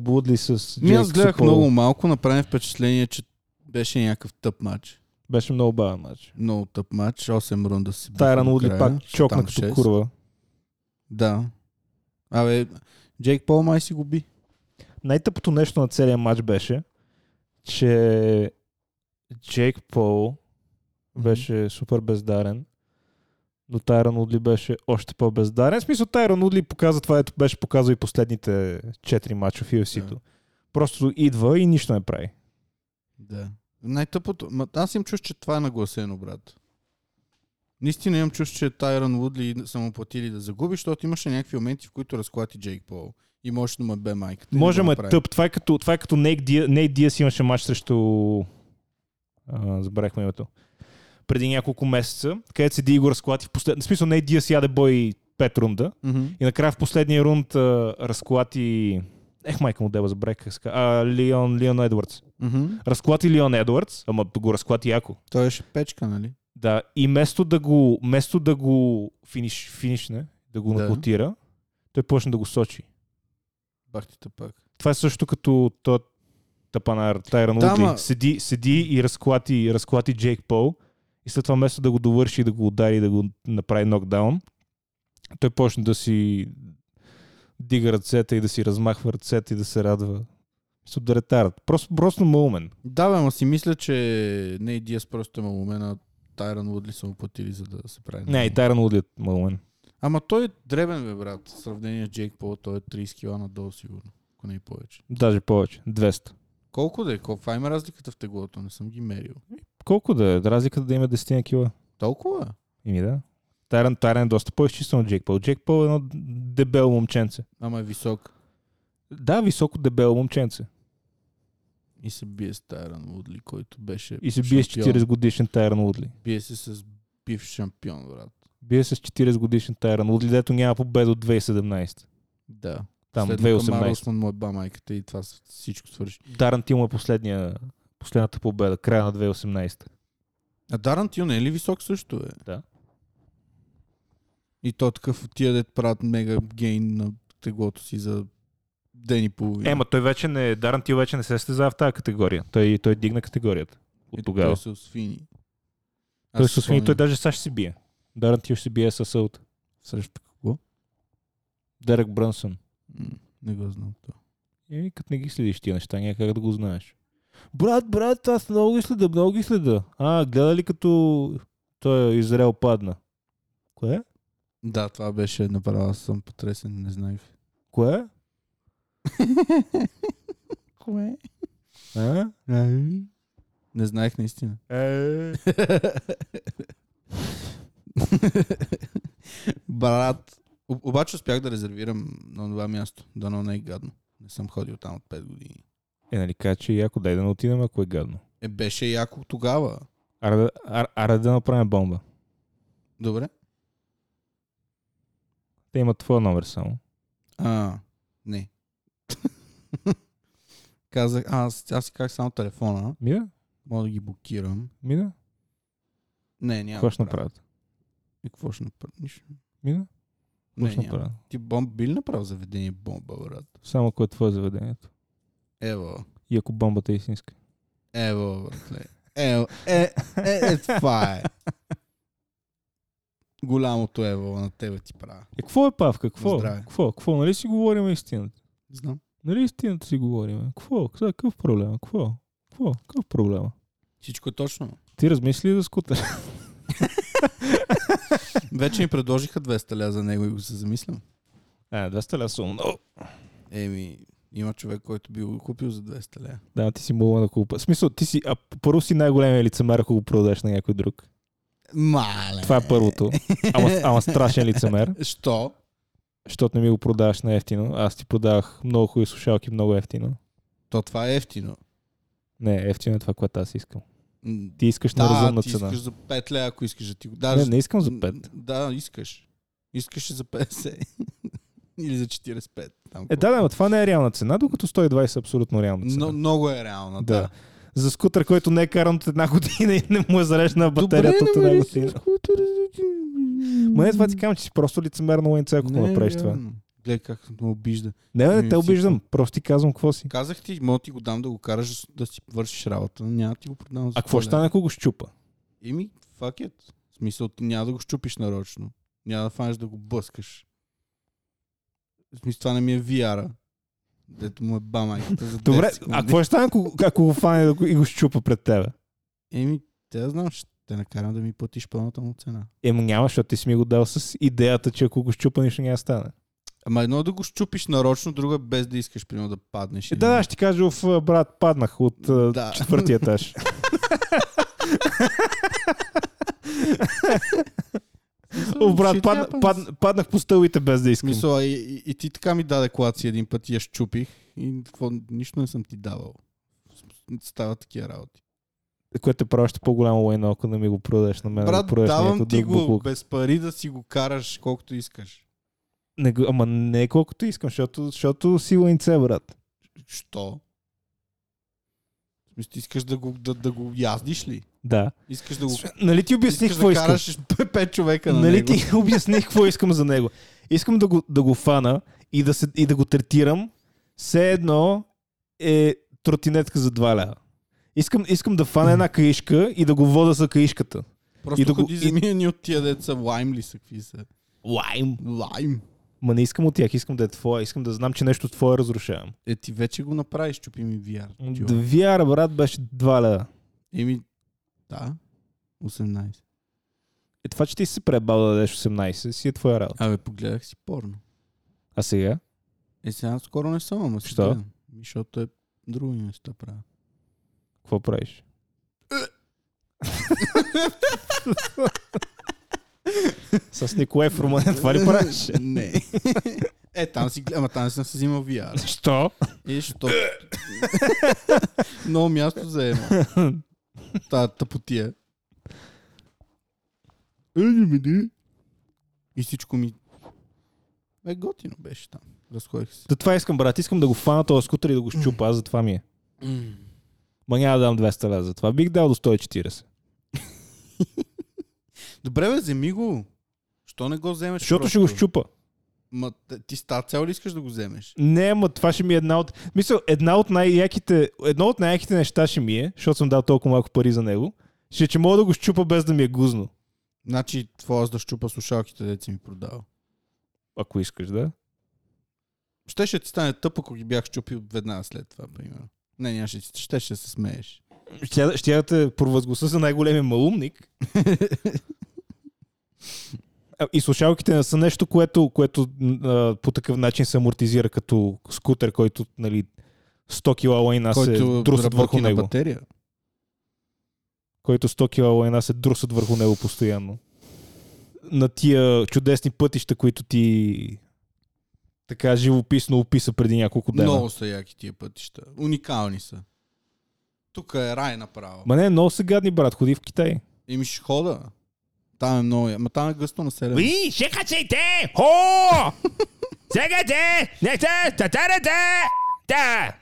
Speaker 1: Блудли с
Speaker 2: Ми аз
Speaker 1: Джейк
Speaker 2: гледах
Speaker 1: Супол?
Speaker 2: много малко, направи впечатление, че беше някакъв тъп матч.
Speaker 1: Беше много бавен матч.
Speaker 2: Много тъп матч, 8 рунда си.
Speaker 1: Тайран Лудли
Speaker 2: Лудли
Speaker 1: пак чокна като курва.
Speaker 2: Да. Абе, Джейк Пол май си губи.
Speaker 1: Най-тъпото нещо на целия матч беше, че Джейк Пол беше супер бездарен, но Тайран Удли беше още по-бездарен. В смисъл Тайран Удли показа това, ето беше показал и последните 4 матча в UFC-то. Просто идва и нищо не прави.
Speaker 2: Да. Най-тъпото. Ма, аз им чуш, че това е нагласено, брат. Наистина имам чуш, че Тайран Вудли са му платили да загуби, защото имаше някакви моменти, в които разклати Джейк Пол. И може да ме бе майката. и
Speaker 1: Може,
Speaker 2: да го
Speaker 1: ма е
Speaker 2: направи.
Speaker 1: тъп. Това е като, това е като Nate, Diaz, Nate Diaz имаше матч срещу... А, забравихме името. Преди няколко месеца, където седи Игор Склати. В, послед... в смисъл, Nate Diaz яде бой пет рунда.
Speaker 2: Мгм.
Speaker 1: И накрая в последния рунд а, разклати... Ех, майка му дева, забравих как се казва. А, Лион, Лион Едвардс.
Speaker 2: Мгм.
Speaker 1: Разклати Лион Едвардс, ама го разклати яко.
Speaker 2: Той беше печка, нали?
Speaker 1: Да, и вместо да го, вместо да го финиш, финишне, да го
Speaker 2: Да.
Speaker 1: да. нокаутира, той почна да го сочи.
Speaker 2: Бах ти тъпак.
Speaker 1: Това е също като то тапанар Тайран
Speaker 2: Да,
Speaker 1: Удли.
Speaker 2: ма-
Speaker 1: Седи, седи и разклати, разклати Джейк Пол и след това вместо да го довърши, да го удари, да го направи нокдаун, той почна да си дига ръцете и да си размахва ръцете и да се радва. Мисля, да ретарат. Просто, просто момент.
Speaker 2: Да, бе, ма си мисля, че не и Диас просто е маломена. Тайран Удли са му платили, за да се прави.
Speaker 1: Не, и Тайран Удли е момент.
Speaker 2: Ама той е дребен, бе, брат. В сравнение с Джейк Пол, той е 30 кила надолу, сигурно. Ако не и повече.
Speaker 1: Даже повече. 200.
Speaker 2: Колко да е? Колко? Това има разликата в теглото, не съм ги мерил.
Speaker 1: Колко да е? Разликата да има 10 кила.
Speaker 2: Толкова? е.
Speaker 1: Ими да. Тайран, Тайран е доста по-изчистен от Джейк Пол. Джейк Пол е едно дебело момченце.
Speaker 2: Ама е висок
Speaker 1: Да, високо дебело момченце.
Speaker 2: и се бие с Тайран Удли, който беше
Speaker 1: И се бие с
Speaker 2: шампион.
Speaker 1: 40 годишен Тайран Удли.
Speaker 2: Бие се с бив шампион, брат.
Speaker 1: Бие се с 40 годишен Тайран Удли, дето няма победа от 2017.
Speaker 2: Да.
Speaker 1: Там,
Speaker 2: След
Speaker 1: 2018.
Speaker 2: Осман му е ба майката и това с- всичко свърши.
Speaker 1: Даран ти му е последния, последната победа, края на 2018.
Speaker 2: А Даран Тил не е ли висок също, бе?
Speaker 1: Да.
Speaker 2: И то такъв от тия дет правят мега гейн на теглото си за ден и половина.
Speaker 1: Ема Е, той вече не, Даран Тил вече не се състезава в тази категория. Той, той дигна категорията
Speaker 2: И
Speaker 1: от тогава.
Speaker 2: Той се освини.
Speaker 1: Е,
Speaker 2: Аз
Speaker 1: Той
Speaker 2: си
Speaker 1: се освини, той
Speaker 2: спомням.
Speaker 1: даже сега ще се бие. Даран Тил ще се бие с Сълт.
Speaker 2: Срещу какво?
Speaker 1: Дерек Брънсън.
Speaker 2: М, Не го знам това.
Speaker 1: Еми, като не ги следиш тия неща, няма как да го знаеш. Брат, брат, аз много ги следа, много ги следа. А, гледа ли като той е Израел падна? Кое?
Speaker 2: Да, това беше направо, аз съм потресен, не знаех.
Speaker 1: Кое?
Speaker 2: Кое?
Speaker 1: А?
Speaker 2: Не знаех наистина.
Speaker 1: Е,
Speaker 2: Брат. Об- Обаче успях да резервирам на това място. Дано не е гадно. Не съм ходил там от 5 години.
Speaker 1: е нали кажа, че е яко, дай да не отидем, ако е гадно.
Speaker 2: Е, беше яко тогава.
Speaker 1: Аре, да- ар- аре да направим бомба.
Speaker 2: Добре.
Speaker 1: Те имат твоя номер само.
Speaker 2: А, не. Казах, аз, аз си казах само телефона.
Speaker 1: Мина?
Speaker 2: Мога да ги блокирам.
Speaker 1: Мина?
Speaker 2: Не, няма.
Speaker 1: Какво ще
Speaker 2: да правя.
Speaker 1: направят?
Speaker 2: И какво ще направя? Нищо.
Speaker 1: Мина? Какво
Speaker 2: Не,
Speaker 1: ще
Speaker 2: няма.
Speaker 1: направят?
Speaker 2: Ти бомб, би ли направил заведение бомба, брат?
Speaker 1: Само ако е твое заведението.
Speaker 2: Ево.
Speaker 1: И ако бомбата е истинска.
Speaker 2: Ево, братле. Ево. Е, е, е, това е. Голямото ево на тебе ти правя.
Speaker 1: Е, какво е, Павка? Какво?
Speaker 2: Здраве.
Speaker 1: Какво? Какво? Нали си говорим истината?
Speaker 2: Знам.
Speaker 1: Нали истината си говорим? Какво? Какъв проблема? Какво? Какво? Какъв проблема?
Speaker 2: Всичко е точно.
Speaker 1: Ти размисли да скуташ.
Speaker 2: Вече ми предложиха 200 ля за него и го се замислям.
Speaker 1: А, 200 ля сума. Но...
Speaker 2: Еми, има човек, който би го купил за 200 ля.
Speaker 1: Да, ти си мога да купа. В смисъл, ти си, а първо си най-големия лицемер, ако го продадеш на някой друг.
Speaker 2: Мале.
Speaker 1: Това е първото. Ама, ама страшен лицемер,
Speaker 2: Що?
Speaker 1: защото не ми го продаваш на ефтино. Аз ти продавах много хубави слушалки, много ефтино.
Speaker 2: То това е ефтино.
Speaker 1: Не, ефтино е това, което аз искам.
Speaker 2: М,
Speaker 1: Ти искаш на
Speaker 2: Да,
Speaker 1: разумна
Speaker 2: ти
Speaker 1: цена.
Speaker 2: искаш за 5 ля, ако искаш да ти го
Speaker 1: Не,
Speaker 2: даш.
Speaker 1: не искам за 5.
Speaker 2: Да, искаш. Искаш за 50. Или за 45. Там,
Speaker 1: Е, да, да, но това не е реална цена, докато 120 е абсолютно реална цена.
Speaker 2: Но, много е реално, да.
Speaker 1: Да. За скутър, който не е каран от една година и не му е зарежна батерията от една
Speaker 2: намери си
Speaker 1: година.
Speaker 2: скутер, за-
Speaker 1: Ма не, това ти казвам, че си просто лицемерно лънце, ако го
Speaker 2: Не,
Speaker 1: направиш това.
Speaker 2: реално. Гледай как му обижда.
Speaker 1: Не, не, не те
Speaker 2: Ми,
Speaker 1: обиждам, просто ти казвам какво си.
Speaker 2: Казах ти, мога ти го дам да го караш да си вършиш работа. Няма да ти го продам. за
Speaker 1: А какво
Speaker 2: сто
Speaker 1: ще
Speaker 2: лева.
Speaker 1: стане, ако го щупа?
Speaker 2: Еми, fuck it. В смисъл, ти няма да го щупиш нарочно. Няма да фанеш да го бъскаш. В смисъл, това не ми е VR-а. Дето му е ба майката за 10
Speaker 1: Добре,
Speaker 2: секунди.
Speaker 1: а какво ще стане, ако, ако го фане да го- и го щупа пред тебе?
Speaker 2: Еми, те да знам, ще те накарам да ми платиш пълната му цена.
Speaker 1: Ема няма, защото ти си ми го дал с идеята, че ако го щупа, нищо няма да стане.
Speaker 2: Ама едно е да го щупиш нарочно, друго е без да искаш, примерно, да паднеш.
Speaker 1: Е,
Speaker 2: или
Speaker 1: да, да,
Speaker 2: нещо.
Speaker 1: ще ти кажа, в а, брат, паднах от а,
Speaker 2: Да.
Speaker 1: четвъртия етаж. О, брат,
Speaker 2: shit
Speaker 1: падна,
Speaker 2: happens.
Speaker 1: падна, паднах по стълбите без да
Speaker 2: В
Speaker 1: искам.
Speaker 2: Смисъл, и, и, и, ти така ми даде клаци един път и я щупих. И какво, нищо не съм ти давал. Става такива работи.
Speaker 1: Което е прави още по-голямо лайно, ако не ми го продадеш на мен. да
Speaker 2: Брат,
Speaker 1: продадеш на
Speaker 2: давам
Speaker 1: някой
Speaker 2: ти
Speaker 1: друг
Speaker 2: го
Speaker 1: боклук.
Speaker 2: без пари да си го караш колкото искаш.
Speaker 1: Не, го- ама не е колкото искам, защото, защото си лайнце, брат.
Speaker 2: Що? В смисъл, Ти искаш да го, да, да го яздиш ли?
Speaker 1: Да.
Speaker 2: Искаш да го
Speaker 1: Нали ти обясних
Speaker 2: искаш
Speaker 1: какво
Speaker 2: да
Speaker 1: искам?
Speaker 2: караш пет човека на
Speaker 1: нали
Speaker 2: него.
Speaker 1: ти обясних какво искам за него? Искам да го, да го фана и да, се, и да го третирам. Все едно е тротинетка за 2 лева. Искам, искам да фана една каишка и да го вода за каишката.
Speaker 2: Просто
Speaker 1: и да го-
Speaker 2: ходи
Speaker 1: и-
Speaker 2: вземи едни от тия деца лайм ли са, какви са?
Speaker 1: Лайм.
Speaker 2: Лайм.
Speaker 1: Ма не искам от тях, искам да е твоя. Искам да знам, че нещо твое разрушавам.
Speaker 2: Е, ти вече го направиш, чупи ми VR.
Speaker 1: Да
Speaker 2: Тю.
Speaker 1: вяра, брат, беше 2 лева.
Speaker 2: Еми, да. 18.
Speaker 1: Е, това, че ти си се пребал да дадеш 18, си е твоя работа.
Speaker 2: Абе, погледах си порно.
Speaker 1: А сега?
Speaker 2: Е, сега скоро не съм, ама си
Speaker 1: Що?
Speaker 2: гледам. Ми, Защото е други неща правя.
Speaker 1: Какво правиш? С Николай в Румъния това ли правиш?
Speaker 2: не. е, там си гледам, ама там не съм си взимал VR.
Speaker 1: Що?
Speaker 2: И защото... Много място заема. Та тъпотия. Е, не ми ди. И всичко ми... Е, готино беше там. Разходих се.
Speaker 1: Да това искам, брат. Искам да го фана този скутер и да го щупа. Аз за това ми е. Ма няма да дам 200 лева за това. Бих дал до 140.
Speaker 2: Добре, бе, вземи го. Що не го вземеш?
Speaker 1: Защото
Speaker 2: просто?
Speaker 1: ще го щупа.
Speaker 2: Ма, т- ти ста цел ли искаш да го вземеш?
Speaker 1: Не, ма това ще ми е една от... Мисля, една от най-яките... Едно от най-яките неща ще ми е, защото съм дал толкова малко пари за него, ще е, че мога да го щупа без да ми е гузно.
Speaker 2: Значи, това аз да щупа слушалките, деца ми продава.
Speaker 1: Ако искаш, да.
Speaker 2: Ще ще ти стане тъпо, ако ги бях щупил веднага след това, примерно. Не, нямаше ти. Ще ще се смееш.
Speaker 1: Ще, я- ще я да те провъзгласа за най-големия малумник. А, И слушалките не са нещо, което, което а, по такъв начин се амортизира като скутер, който нали, 100 кила лайна се
Speaker 2: Който
Speaker 1: друсат върху
Speaker 2: работи на
Speaker 1: него.
Speaker 2: батерия.
Speaker 1: който 100 кила лайна се друсат върху него постоянно. На тия чудесни пътища, които ти така живописно описа преди няколко дена.
Speaker 2: Много са яки тия пътища. Уникални са. Тук е рай направо.
Speaker 1: Ма не, много са гадни, брат. Ходи в Китай.
Speaker 2: И ми ще хода. Там е много. я- Ма там е гъсто населено.
Speaker 1: Ви, шекачайте! Хо! Сегате! Не се! Татарате! Да!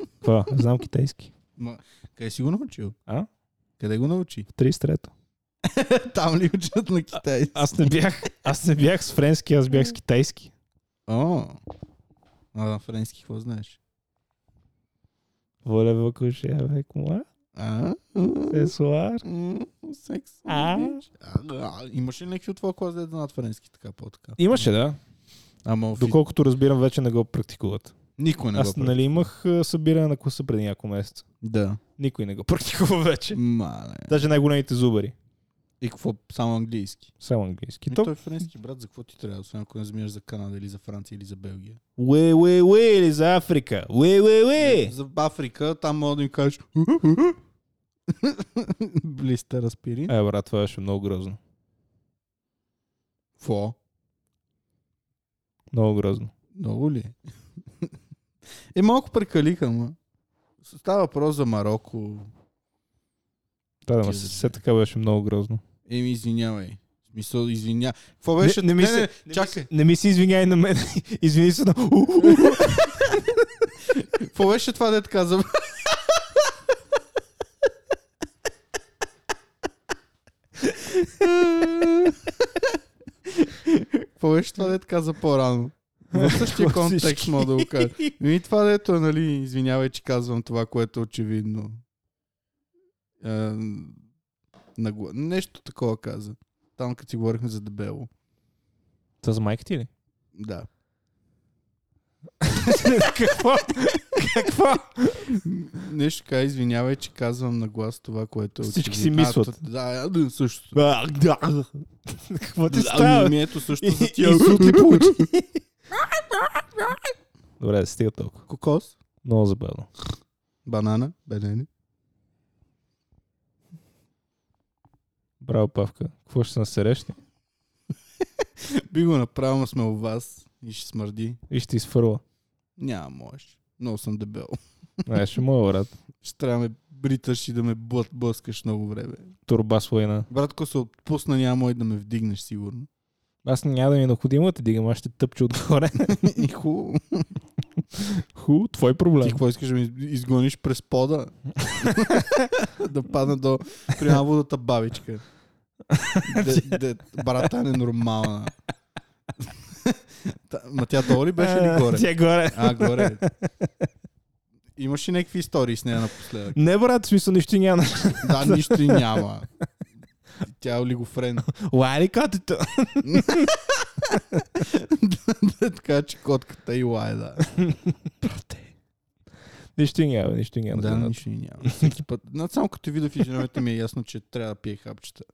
Speaker 1: Какво? Знам китайски.
Speaker 2: Ма, къде си го научил?
Speaker 1: А?
Speaker 2: Къде го научи?
Speaker 1: 33-то.
Speaker 2: там ли учат на китай?
Speaker 1: Аз не бях, аз не бях с френски, аз бях с китайски.
Speaker 2: О. А на френски какво знаеш?
Speaker 1: Воля в куше, век моя.
Speaker 2: А?
Speaker 1: Е, Сесуар.
Speaker 2: М, Секс.
Speaker 1: А?
Speaker 2: обич. А, да. Имаше ли някакви от твоя клас да е над френски така по-така?
Speaker 1: Имаше, да.
Speaker 2: Ама Докол...
Speaker 1: Доколкото разбирам, вече не го практикуват.
Speaker 2: никой не
Speaker 1: Аз
Speaker 2: го прави.
Speaker 1: нали имах а, събиране на класа преди няколко месеца.
Speaker 2: Да.
Speaker 1: Никой не го практикува вече.
Speaker 2: Мале.
Speaker 1: Даже най-големите зубари.
Speaker 2: И какво? Само английски.
Speaker 1: Само английски.
Speaker 2: Ми,
Speaker 1: То...
Speaker 2: той е френски, брат, за какво ти трябва? Освен ако не замираш за Канада или за Франция или за Белгия.
Speaker 1: Уе, уе, уе, или за Африка. Уе, уе, уе.
Speaker 2: Е, За Африка, там мога да им кажеш... Блиста разпири.
Speaker 1: Е, брат, това беше много грозно.
Speaker 2: Фо.
Speaker 1: Много грозно.
Speaker 2: Много ли? е? е, малко прекалиха, ма. Става въпрос за Марокко.
Speaker 1: Да, да,
Speaker 2: Ти
Speaker 1: ма
Speaker 2: за-
Speaker 1: се- все така беше много грозно.
Speaker 2: Еми, извинявай. В смисъл, извиня. Какво беше?
Speaker 1: не ми се-
Speaker 2: не, чакай.
Speaker 1: Не ми се извиняй на мен. Извини се на... У, у, у.
Speaker 2: Какво беше това, дет каза? Какво беше това, дет каза по-рано? В същия
Speaker 1: Какво
Speaker 2: контекст
Speaker 1: всички?
Speaker 2: мога да го кажа. И това дето е, нали, извинявай, че казвам това, което е очевидно. Е, нагла... Нещо такова каза. Там, като си говорихме за дебело.
Speaker 1: Та за майка ти ли?
Speaker 2: Да.
Speaker 1: Какво? Какво?
Speaker 2: Нещо така, извинявай, че казвам на глас това, което е
Speaker 1: Всички
Speaker 2: очевидно.
Speaker 1: си мислят.
Speaker 2: А, т- Да, да, също.
Speaker 1: А, да. Какво ти
Speaker 2: Ами,
Speaker 1: става?
Speaker 2: ми ето също
Speaker 1: И-
Speaker 2: за
Speaker 1: и
Speaker 2: тия.
Speaker 1: сутли получи. Добре, да стига толкова.
Speaker 2: Кокос,
Speaker 1: Много забавно.
Speaker 2: банана, бенени.
Speaker 1: Браво, Павка. Какво ще се насереш? ли?
Speaker 2: Би го направил, но сме у вас и ще смърди.
Speaker 1: И ще изфърла.
Speaker 2: Няма, можеш. Много съм дебел.
Speaker 1: Знаеш, ще моя брат.
Speaker 2: Ще трябва да ме бриташ и да ме блът, блъскаш много време.
Speaker 1: Турба с война.
Speaker 2: Брат, ако се отпусна, няма мой да ме вдигнеш сигурно.
Speaker 1: Аз няма да ми е необходимо да те дигам, аз ще тъпча отгоре.
Speaker 2: И хубаво.
Speaker 1: Ху, твой
Speaker 2: Ти
Speaker 1: проблем.
Speaker 2: какво искаш да ме из- изгониш през пода? да падна до прямо водата бабичка. Де, де, брата е ненормална. Та- Ма тя долу ли беше
Speaker 1: А,
Speaker 2: или горе?
Speaker 1: Тя е горе.
Speaker 2: А, горе. Имаш ли някакви истории с нея напоследък?
Speaker 1: Не, брат, в смисъл нищо няма.
Speaker 2: Да, нищо и няма. Тя е олигофрен.
Speaker 1: Лайли котето.
Speaker 2: така че котката и лая, да.
Speaker 1: Нищо няма, нищо няма.
Speaker 2: Да,
Speaker 1: Жената.
Speaker 2: нищо и няма. Всеки път. Но само като видя в инженерите ми е ясно, че трябва да пие хапчета.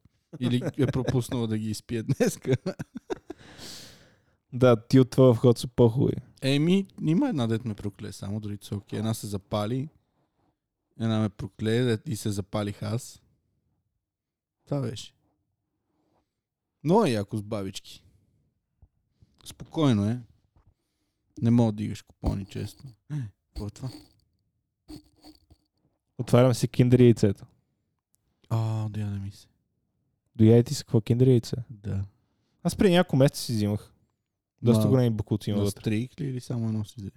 Speaker 2: Или е пропуснала да ги изпие днеска.
Speaker 1: да, ти от това вход са по-хубави.
Speaker 2: Еми, има една дет ме прокле, само другите са окей. Една се запали, една ме прокле дет и се запалих аз. Това беше. Но е яко с бабички. Спокойно е. Не мога да дигаш купони често. Е, какво е това?
Speaker 1: Отварям си киндер яйцето.
Speaker 2: А, да я не мисля.
Speaker 1: Дояде ти с какво киндер яйце?
Speaker 2: Да.
Speaker 1: Аз преди няколко месеца си взимах. Доста
Speaker 2: Ма,
Speaker 1: големи бакуци има
Speaker 2: На
Speaker 1: вътре.
Speaker 2: стрик ли или само едно си взе?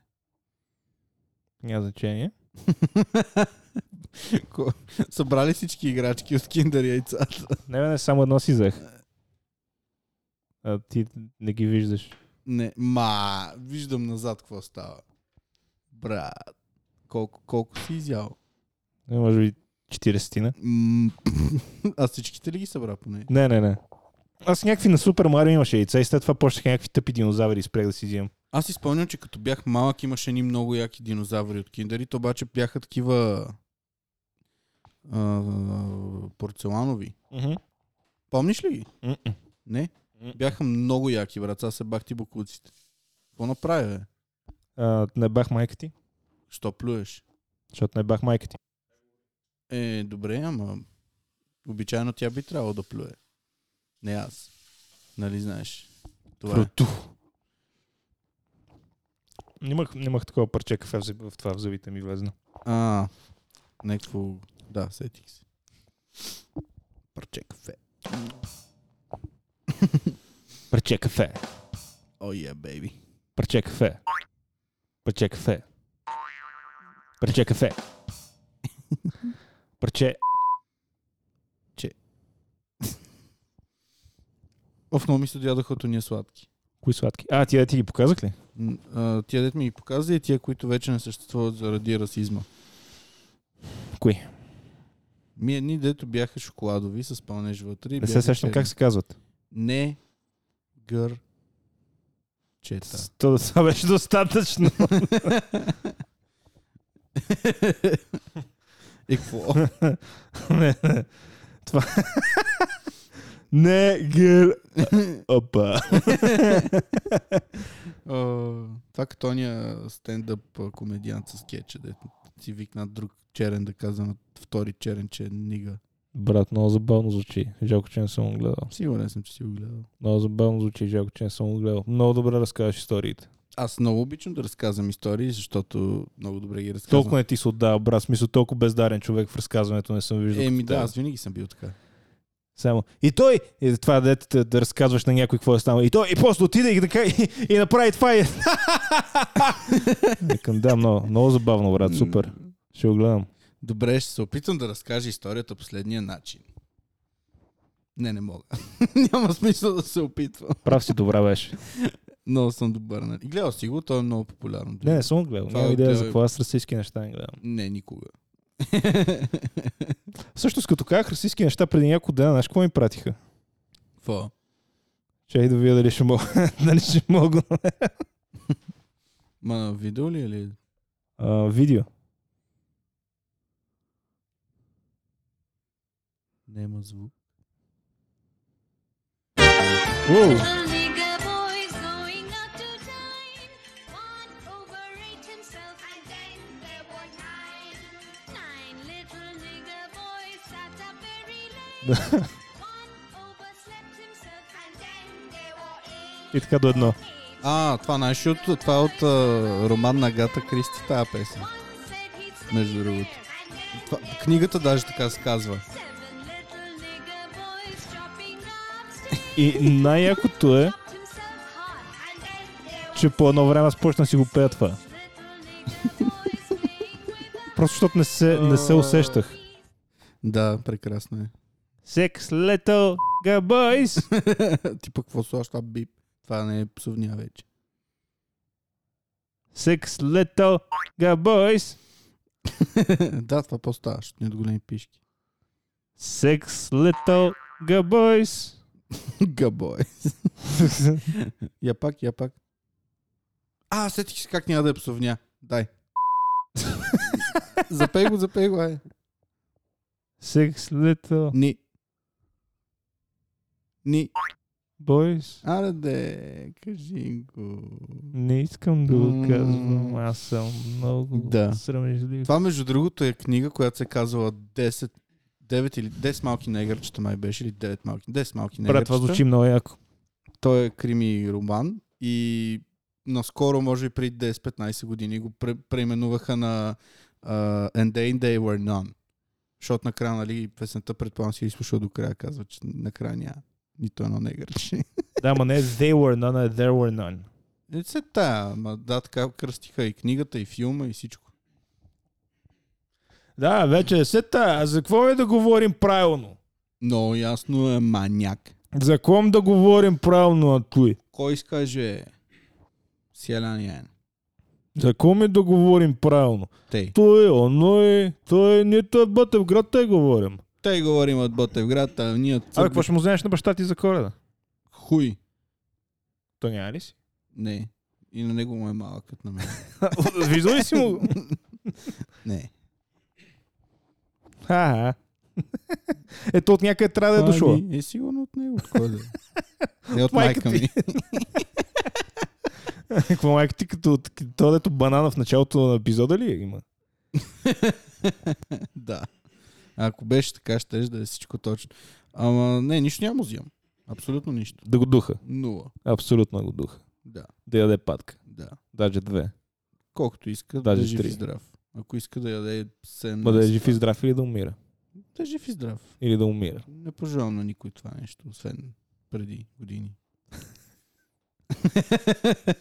Speaker 2: Няма
Speaker 1: значение.
Speaker 2: Събрали всички играчки от киндер яйцата.
Speaker 1: Не, бе, не, само едно си взех. А ти не ги виждаш.
Speaker 2: Не, ма, виждам назад какво става. Брат, колко, колко си изял?
Speaker 1: Не, Е, може би 40-тина.
Speaker 2: М, А всичките ли ги събра поне?
Speaker 1: Не, не, не. Аз някакви на Супер Марио имаше яйца и след това почнаха някакви тъпи динозаври и спрях да си взимам.
Speaker 2: Аз си спомням, че като бях малък имаше едни много яки динозаври от киндерите, обаче бяха такива а, порцеланови. Помниш ли ги?
Speaker 1: Мгм.
Speaker 2: Не.
Speaker 1: М.
Speaker 2: Бяха много яки, брат. Сега се бах ти бокуците. Какво направя, бе?
Speaker 1: А, не бах майка ти,
Speaker 2: Що плюеш?
Speaker 1: защото не бах майка ти.
Speaker 2: Е, добре, ама обичайно тя би трябвало да плюе. Не аз. Нали знаеш? Това е.
Speaker 1: Проту. Нямах, нямах такова парче кафе в, зъб- в това в зъбите ми влезна.
Speaker 2: А, някакво... Да, сетих се. Парче кафе.
Speaker 1: Парче кафе.
Speaker 2: О, я, бейби.
Speaker 1: Парче кафе. Парче кафе. Парче кафе. Парче.
Speaker 2: Оф, много ми се доядоха от уния е сладки.
Speaker 1: Кои сладки? А, ти, ти ги показах ли?
Speaker 2: М, а, Тия дет ми ги показа и тия, които вече не съществуват заради расизма.
Speaker 1: Кои?
Speaker 2: Ми едни, дето бяха шоколадови с пълнеж вътре. и
Speaker 1: Не се
Speaker 2: бяха
Speaker 1: сещам
Speaker 2: черни.
Speaker 1: как се казват.
Speaker 2: Не гър чета.
Speaker 1: С- То да това беше достатъчно.
Speaker 2: И какво?
Speaker 1: не, не. Това. не, гър. Опа.
Speaker 2: А, Това като ония стендъп а, комедиант с кетча, дето си викна друг черен да каза на втори черен, че е нига.
Speaker 1: Брат, много забавно звучи. Жалко, че не съм го гледал.
Speaker 2: Сигурен съм, че си го гледал.
Speaker 1: Много забавно звучи, жалко, че не съм го гледал. Много добре разказваш историите.
Speaker 2: Аз много обичам да разказвам истории, защото много добре ги разказвам.
Speaker 1: Толкова не ти се отдава, брат. В Смисъл, толкова бездарен човек в разказването не съм виждал.
Speaker 2: Еми
Speaker 1: като
Speaker 2: да,
Speaker 1: теб.
Speaker 2: аз винаги съм бил така.
Speaker 1: Само. И той, и това дете да, да разказваш на някой какво е станало. И той, и после отиде и, така, и, и направи това. И... Викам, да, много, много забавно, брат. Супер. Ще го гледам.
Speaker 2: Добре, ще се опитам да разкажа историята последния начин. Не, не мога. Няма смисъл да се опитвам.
Speaker 1: Прав си, добра беше.
Speaker 2: Много съм добър. Нали? И Гледал си го, то е много популярно.
Speaker 1: Не, не съм го гледал.
Speaker 2: Това
Speaker 1: Няма
Speaker 2: е
Speaker 1: идея
Speaker 2: от-
Speaker 1: за какво аз расистски неща не гледам.
Speaker 2: не никога.
Speaker 1: Всъщност, като казах расистски неща преди няколко дена, знаеш какво ми пратиха?
Speaker 2: Какво?
Speaker 1: Чай да видя дали ще мога. дали ще мога.
Speaker 2: Ма видео ли е или?
Speaker 1: А, видео.
Speaker 2: Нема звук.
Speaker 1: Уоу.
Speaker 3: Little nigger boy's going out to dine. One overate himself, and then there were nine. Nine little nigger boys sat up very late. One overslept himself, and then there were eight.
Speaker 1: И така до едно.
Speaker 2: А, това нашето, това е от а, роман на Гата Кристи, тая песен. Между другото. Това, книгата даже така се казва.
Speaker 1: И най-якото е, че по едно време аз почна да си го пея това. Просто защото не се, не се усещах.
Speaker 2: Да, прекрасно е.
Speaker 1: Sex little girl boys.
Speaker 2: Ти пък какво слаш това бип? Това не е псовня вече.
Speaker 1: Sex little girl boys.
Speaker 2: да, това по-става, защото ни от големи пишки.
Speaker 1: Sex little girl boys.
Speaker 2: Габой. е. я пак, я пак. А, сетих се как няма да е псовня. Дай. запей го, запей го, ай.
Speaker 1: Sex little
Speaker 2: Ни. Ни.
Speaker 1: boys.
Speaker 2: Аре де, кажи го.
Speaker 1: Не искам да го
Speaker 2: М.
Speaker 1: казвам. Аз съм много
Speaker 2: Да.
Speaker 1: срамежлив.
Speaker 2: Това, между другото, е книга, която се е казвала 10, 9 или 10 малки негърчета, май беше, или 9 малки, 10 малки негърчета.
Speaker 1: Брат, това звучи много яко.
Speaker 2: Той е крими роман и наскоро, може би преди 10-15 години, го пре- преименуваха на uh, And They, They Were None. Защото накрая, нали, песента предполагам си я изслушал до края, казва, че накрая няма нито едно негърче.
Speaker 1: Да, ма не е they were none, а there were none.
Speaker 2: Е, се тая, ма, да, така кръстиха и книгата, и филма, и всичко.
Speaker 1: Да, вече е сета. А за какво е да говорим правилно?
Speaker 2: Но ясно е маняк.
Speaker 1: За ком да говорим правилно на той?
Speaker 2: Кой скаже Селянин?
Speaker 1: За ком е да говорим правилно?
Speaker 2: Тей.
Speaker 1: Той, оно е, той, нито е бътев град, те говорим.
Speaker 2: Тъй говорим от Ботевград, а ние от
Speaker 1: Абе, какво ще му знаеш на баща ти за коледа?
Speaker 2: Хуй.
Speaker 1: То няма ли си?
Speaker 2: Не. И на него му е малък като на мен.
Speaker 1: Виждал ли си му?
Speaker 2: Не.
Speaker 1: Ха-ха. Ето от някъде трябва да е дошло.
Speaker 2: Ами, Е сигурно от него. От кой да е? Не от
Speaker 1: майка
Speaker 2: майка ми.
Speaker 1: Какво майка ти като от- то дето банана в началото на епизода ли е? има?
Speaker 2: да. Ако беше така, ще да е всичко точно. Ама не, нищо няма да взимам. Абсолютно нищо.
Speaker 1: Да го духа.
Speaker 2: Нула.
Speaker 1: Абсолютно го духа.
Speaker 2: Да,
Speaker 1: Да яде патка.
Speaker 2: да.
Speaker 1: Даже две.
Speaker 2: Колкото иска
Speaker 1: Даже
Speaker 2: да е жив
Speaker 1: три.
Speaker 2: и здрав. Ако иска да яде 7
Speaker 1: Ма да е жив и здрав или да умира.
Speaker 2: Да е жив и здрав.
Speaker 1: Или да умира.
Speaker 2: Не пожелавам на никой това нещо, освен преди години.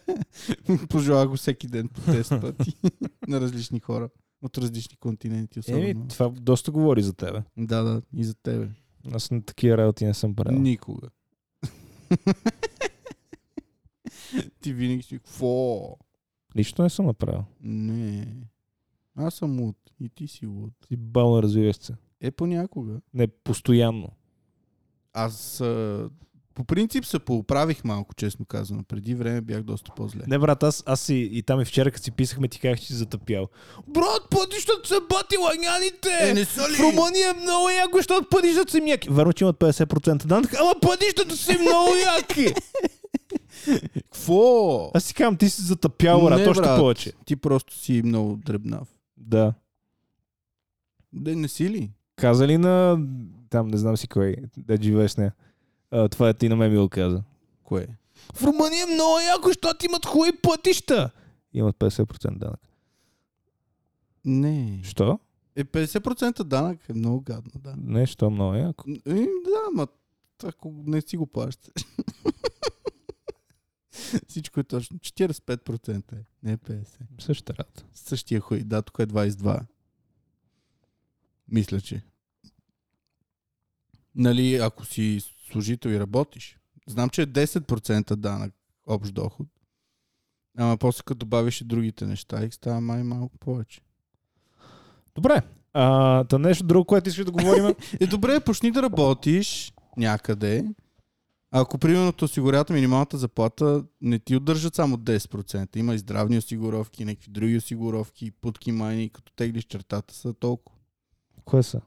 Speaker 2: Пожелава го всеки ден по 10 пъти на различни хора от различни континенти. Особено.
Speaker 1: Еми, това доста говори за тебе.
Speaker 2: Да, да, и за тебе.
Speaker 1: Аз на такива работи не съм правил.
Speaker 2: Никога. Ти винаги си, какво?
Speaker 1: Лично не съм направил.
Speaker 2: Не. Аз съм луд. И ти си луд.
Speaker 1: Ти бално развиваш се.
Speaker 2: Е, понякога.
Speaker 1: Не, постоянно.
Speaker 2: Аз а, по принцип се поуправих малко, честно казано. Преди време бях доста по-зле.
Speaker 1: Не, брат, аз, аз и, и там и вчера, като си писахме, ти казах, че си затъпял. Брат, пътищата са бати лагняните!
Speaker 2: Е, не са ли?
Speaker 1: В Румъния е много яко, защото пътищата са им яки. Верно, че имат 50% данък, ама пътищата са им много яки!
Speaker 2: Какво?
Speaker 1: Аз си казвам, ти си затъпял, брат,
Speaker 2: Не,
Speaker 1: още
Speaker 2: брат.
Speaker 1: повече.
Speaker 2: Ти просто си много дребнав.
Speaker 1: Да.
Speaker 2: Да, не си ли?
Speaker 1: Каза ли на... Там, не знам си кой, да живееш с нея. А, това е ти на мен ми го каза.
Speaker 2: Кое?
Speaker 1: В Румъния е много яко, защото имат хубави пътища! Имат 50% данък.
Speaker 2: Не.
Speaker 1: Що?
Speaker 2: Е, 50% данък е много гадно, да.
Speaker 1: Не, що много яко.
Speaker 2: Е, да, ма ако не си го плащаш. Всичко е точно. 45% е, не е 50.
Speaker 1: Същата работа.
Speaker 2: Същия хуй. Да, тук е 22. Мисля, че. Нали, ако си служител и работиш. Знам, че е 10% данък общ доход. Ама после като добавиш и другите неща, и става май малко повече.
Speaker 1: Добре. А, та нещо друго, което искаш да говорим.
Speaker 2: Е, добре, почни да работиш някъде. Ако примерно те осигурят минималната заплата, не ти удържат само 10%. Има и здравни осигуровки, някакви други осигуровки, путки майни, като теглиш чертата са толкова.
Speaker 1: Кое са?